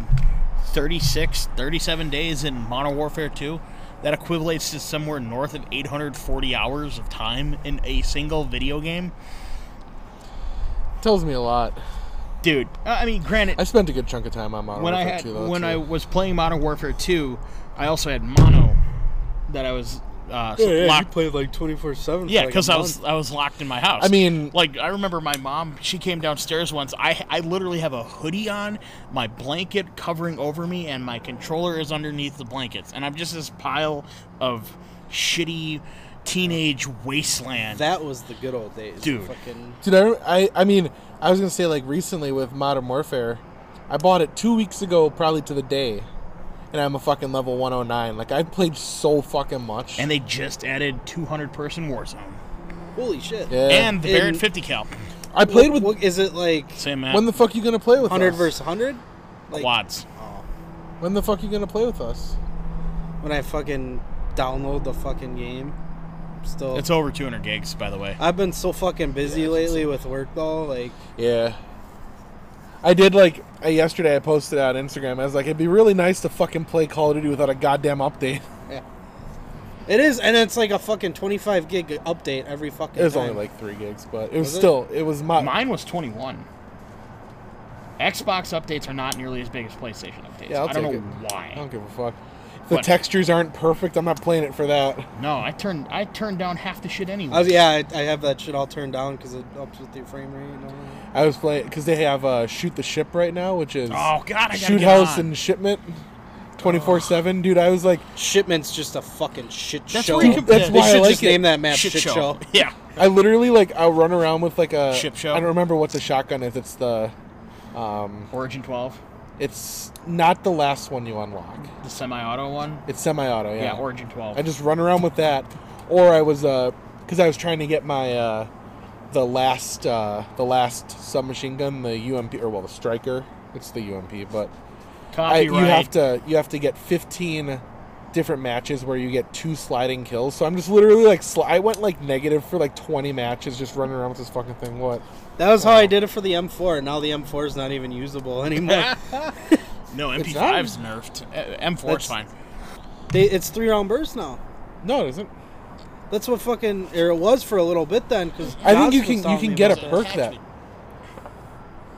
S3: 36, 37 days in Modern Warfare 2, that equivalates to somewhere north of 840 hours of time in a single video game.
S2: Tells me a lot.
S3: Dude, I I mean, granted,
S2: I spent a good chunk of time on Modern
S3: when I
S2: Warfare
S3: had
S2: 2, though.
S3: when
S2: too.
S3: I was playing Modern Warfare 2, I also had Mono that I was uh, locked
S4: played like 24 seven.
S3: Yeah, because I was I was locked in my house.
S2: I mean-
S3: like I remember my mom. She came downstairs once. I I literally have a hoodie on, my blanket covering over me, and my controller is underneath the blankets, and I'm just this pile of shitty teenage wasteland.
S4: That was the good old days,
S3: Dude.
S4: Fucking
S2: Dude, I, I, I mean, I was gonna say like recently with Modern Warfare, I bought it two weeks ago, probably to the day, and I'm a fucking level 109. Like I played so fucking much.
S3: and they just added 200 person Warzone
S4: holy shit.
S2: yeah.
S3: and the
S4: And-
S3: Barrett 50 cal.
S2: I played with.
S4: What, is it like
S3: Same map,
S2: When the fuck you gonna play with
S4: 100
S2: us?
S4: versus 100? Like,
S3: quads.
S2: When the fuck you gonna play with us?
S4: when I fucking download the fucking game.
S2: Oh.
S4: Still,
S3: It's over 200 gigs, by the way.
S4: I've been so fucking busy lately with work though. Like,
S2: Yeah. I did like I, yesterday. I posted on Instagram. I was like, it'd be really nice to fucking play Call of Duty without a goddamn update.
S4: yeah, it is, and it's like a fucking twenty-five gig update every fucking.
S2: It was
S4: time.
S2: only like three gigs, but it was,
S4: Was it?
S2: still it was my.
S3: Mine was 21. Xbox updates are not nearly as big as PlayStation updates.
S2: Yeah, I'll
S3: I don't
S2: take
S3: know
S2: it.
S3: why.
S2: I don't give a fuck. If the
S3: What?
S2: textures aren't perfect, I'm not playing it for that.
S3: No, I turned I turned down half the shit anyway.
S4: I was, yeah, I, I have that shit all turned down because it ups with your frame rate. And all that.
S2: I was playing because they have uh, shoot the ship right now, which is
S3: Oh, God, I gotta
S2: shoot
S3: get
S2: house
S3: on.
S2: and shipment, twenty four seven, dude. I was like,
S4: Shipment's just a fucking shit
S3: That's
S4: show.
S3: where you can-
S4: they
S2: That's why I
S4: should
S2: like
S4: just
S2: it.
S4: name that map shit, show.
S3: Yeah.
S2: I literally like I run around with like a
S3: Ship show?
S2: I don't remember what the shotgun is. It's the, um,
S3: Origin 12,
S2: it's not the last one you unlock.
S3: the semi-auto one.
S2: It's semi-auto.
S3: Yeah,
S2: Yeah.
S3: Origin 12.
S2: I just run around with that, or I was uh, because I was trying to get my uh, the last uh, the last submachine gun, the UMP or well the striker. It's the UMP, but I,
S3: Copyright.
S2: you have to you have to get 15 different matches where you get two sliding kills. So I'm just literally like sli- I went like negative for like 20 matches just running around with this fucking thing. What?
S4: That was how I did it for the M4. and Now the M4 is not even usable anymore.
S3: no,
S2: It's
S3: MP5's nerfed. Uh, M4's
S4: That's-
S3: fine.
S4: they, it's three round bursts now.
S2: No, it isn't.
S4: That's what fucking or it was for a little bit then. Because
S2: I think you can you can get a perk that
S3: attachment.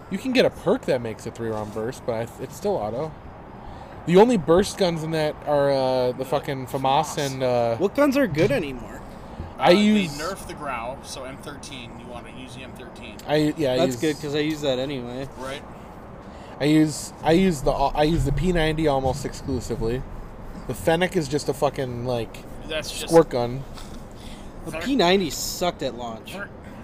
S2: you can get a perk that makes a three round burst, but I, it's still auto. The only burst guns in that are uh, the fucking FAMAS and uh,
S4: What guns are good anymore?
S2: I
S3: Uh,
S2: use
S3: They nerfed the growl, so M13, you want to use the M13,
S2: I yeah I
S4: That's
S2: use,
S4: good because I use that anyway.
S3: right?
S2: I use I use the I use the P90 almost exclusively. The Fennec is just a fucking like
S3: That's just
S2: squirt gun.
S4: The
S3: Fair.
S4: P90 sucked at launch.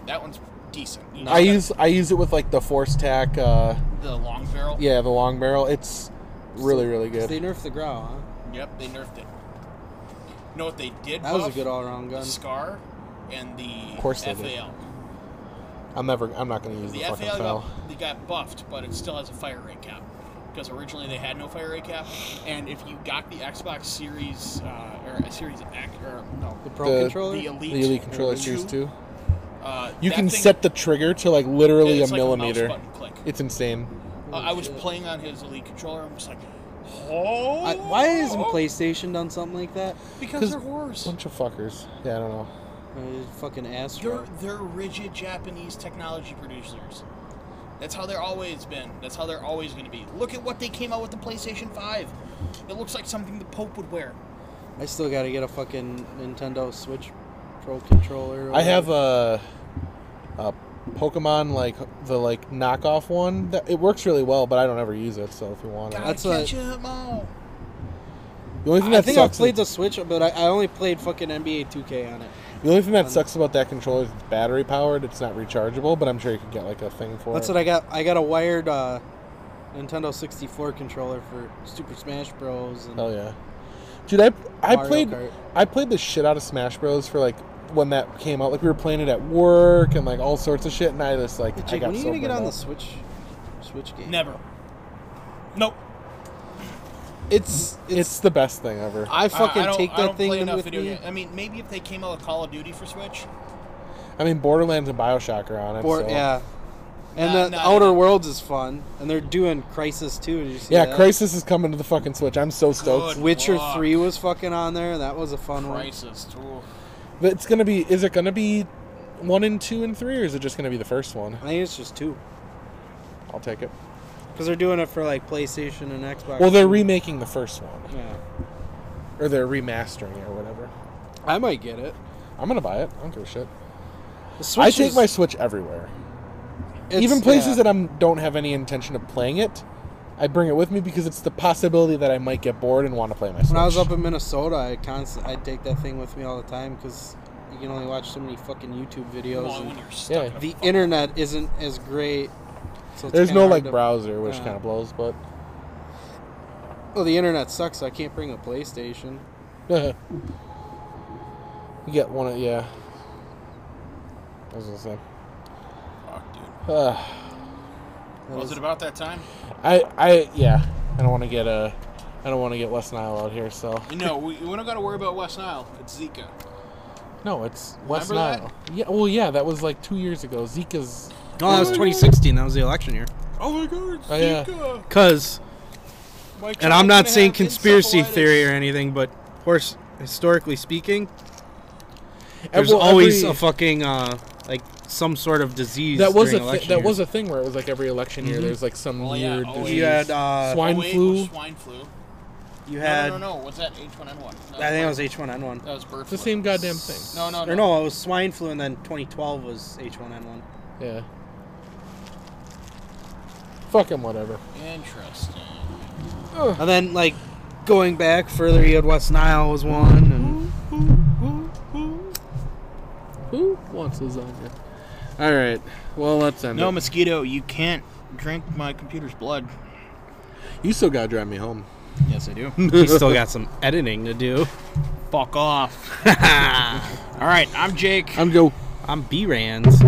S3: That one's decent. You
S2: I
S3: just
S2: use
S3: got
S2: I use it with like the force tack. Uh,
S3: the long barrel.
S2: yeah, the long barrel. It's really really
S4: They
S2: good.
S4: nerfed the growl, huh?
S3: Yep, they nerfed it. You know what they did?
S4: That was a
S3: buff?
S4: good all-around
S3: The
S4: gun.
S3: Scar and the
S2: Of course they did.
S3: FAL.
S2: I'm never I'm not gonna use the,
S3: The
S2: fucking
S3: FAL
S2: fell.
S3: got, they got buffed, but it still has a fire rate cap because originally they had no fire rate cap. And if you got the Xbox Series uh, or a Series X or no,
S4: The Pro
S2: The-
S4: controller.
S3: the Elite,
S2: The Elite controller series
S3: two,
S2: two.
S3: uh,
S2: You
S3: that
S2: can
S3: thing-
S2: set the trigger to like literally a
S3: it's like mouse
S2: millimeter.
S3: button click.
S2: it's insane.
S3: Uh, I was playing on his Elite controller. I'm just like, oh,
S4: I- why hasn't PlayStation done something like that?
S3: Because they're whores.
S2: Bunch of fuckers. Yeah, I don't know.
S4: Uh, fucking ass.
S3: They're they're rigid Japanese technology producers. That's how they're always been. That's how they're always going to be. Look at what they came out with the PlayStation 5. It looks like something the Pope would wear.
S4: I still gotta get a fucking Nintendo Switch Pro controller. or
S2: I have
S4: whatever.
S2: a, a Pokemon like the like knockoff one. That, it works really well, but I don't ever use it. So if you want
S3: Gotta
S2: it,
S4: That's
S3: catch
S4: what-
S3: 'em all.
S7: The only thing
S4: I
S7: that
S4: think I've
S7: sucks.
S4: played the Switch, but I, I only played fucking NBA 2K on it.
S7: the only thing
S2: That sucks about that controller is it's battery powered. It's not rechargeable, but I'm sure you could get like a thing for
S4: That's
S2: it.
S4: what I got. I got a wired uh, Nintendo 64 controller for Super Smash Bros. And
S2: Hell yeah, dude! I I
S4: Mario
S2: played
S4: Kart.
S2: I played the shit out of Smash Bros for like when that came out. Like we were playing it at work and like all sorts of shit, and I just like
S4: Hey,
S2: I
S4: Jake,
S2: got
S4: when are you
S2: so
S4: gonna get
S2: burnt
S4: on the
S2: out.
S4: Switch? Switch game.
S3: Never. Nope.
S4: It's it's.
S2: It's the best thing ever.
S4: I fucking
S3: I- I don't-
S4: take
S3: I
S4: that
S3: don't
S4: thing
S3: play
S4: in
S3: enough
S4: with
S3: video
S4: me.
S3: game- I mean, maybe if they came out with Call of Duty for Switch.
S2: I mean, Borderlands and Bioshock are on it.
S4: Or
S2: so-
S4: yeah. And
S3: Nah,
S4: the
S3: nah,
S4: Outer
S3: nah.
S4: Worlds is fun, and they're doing Crisis too. Did you see
S2: Yeah,
S4: that?
S2: Crisis is coming to the fucking Switch. I'm so stoked.
S3: Good
S4: Witcher
S3: luck.
S4: Three was fucking on there. That was a fun
S3: Crisis too.
S2: But it's gonna be. Is it gonna be one and two and three, or is it just gonna be the first one?
S4: one. I think it's just two,
S2: I'll take it.
S4: because they're doing it for like PlayStation and Xbox.
S2: Well, they're remaking the first one,
S4: Yeah.
S2: or they're remastering it, or whatever.
S4: I might get it.
S2: I'm gonna buy it. I don't give a shit.
S4: The Switch
S2: I take
S4: is-
S2: my Switch everywhere,
S4: it's-
S2: even places
S4: yeah.
S2: that I don't have any intention of playing it. I bring it with me because it's the possibility that I might get bored and want to play my Switch.
S4: When I was up in Minnesota, I const- I'd take that thing with me all the time because you can only watch so many fucking YouTube videos.
S3: Well, when
S4: And
S3: you're
S2: Yeah.
S3: stuck in a
S4: the
S3: fucking-
S4: internet isn't as great. So it's
S2: There's
S4: kinda
S2: no
S4: hard
S2: like
S4: to-
S2: browser, which
S4: yeah.
S2: kind of blows, but
S4: Well, the internet sucks. So I can't bring a PlayStation.
S2: you get one. Of, yeah. I was gonna say.
S3: Fuck, dude.
S2: Uh,
S3: Was it about that time?
S2: I I yeah. I don't want to get a. I don't want to get West Nile out here, so
S3: No, we, we don't got to worry about West Nile. It's Zika.
S2: no, it's West
S3: Remember that?
S2: Nile. Yeah, well, yeah, that was like two years ago. Zika's
S4: No, that was 2016. That was the election year.
S3: Oh my God,
S2: Oh, yeah.
S3: Zika.
S4: Cause,
S3: My
S4: and I'm
S3: child's
S4: not
S3: gonna
S4: saying
S3: have
S4: conspiracy
S3: encephalitis.
S4: theory or anything, but horse historically speaking, there's
S2: Every-
S4: always
S2: every-
S4: a fucking uh, like some sort of disease.
S2: that was a
S4: during
S2: thi-
S4: election
S2: that
S4: years.
S2: was a thing where it was like every election year
S4: Mhm.
S2: there's like some
S3: Well, Oh, yeah,
S2: weird
S3: always.
S2: disease.
S4: You had uh,
S2: Swine
S3: oh, wait,
S2: flu.
S3: it was Swine flu.
S4: you
S3: No,
S4: had.
S3: no, no, no. What's that? H1N1. No,
S4: I think it was H1N1.
S3: That was bird
S2: It's the
S3: flu.
S2: same goddamn thing.
S3: No, no, no.
S4: Or no, it was swine flu, and then 2012 was H1N1.
S2: Yeah. Fuck him, whatever.
S3: Interesting.
S4: And then like going back further, you had West Nile was one, and
S2: Who wants lasagna? All right. Well, let's end
S3: No,
S2: it.
S3: mosquito, you can't drink my computer's blood.
S2: You still gotta drive me home.
S3: Yes, I do.
S4: we still got some editing to do.
S3: Fuck off. All right, I'm Jake.
S2: I'm Joe.
S4: I'm B Rands.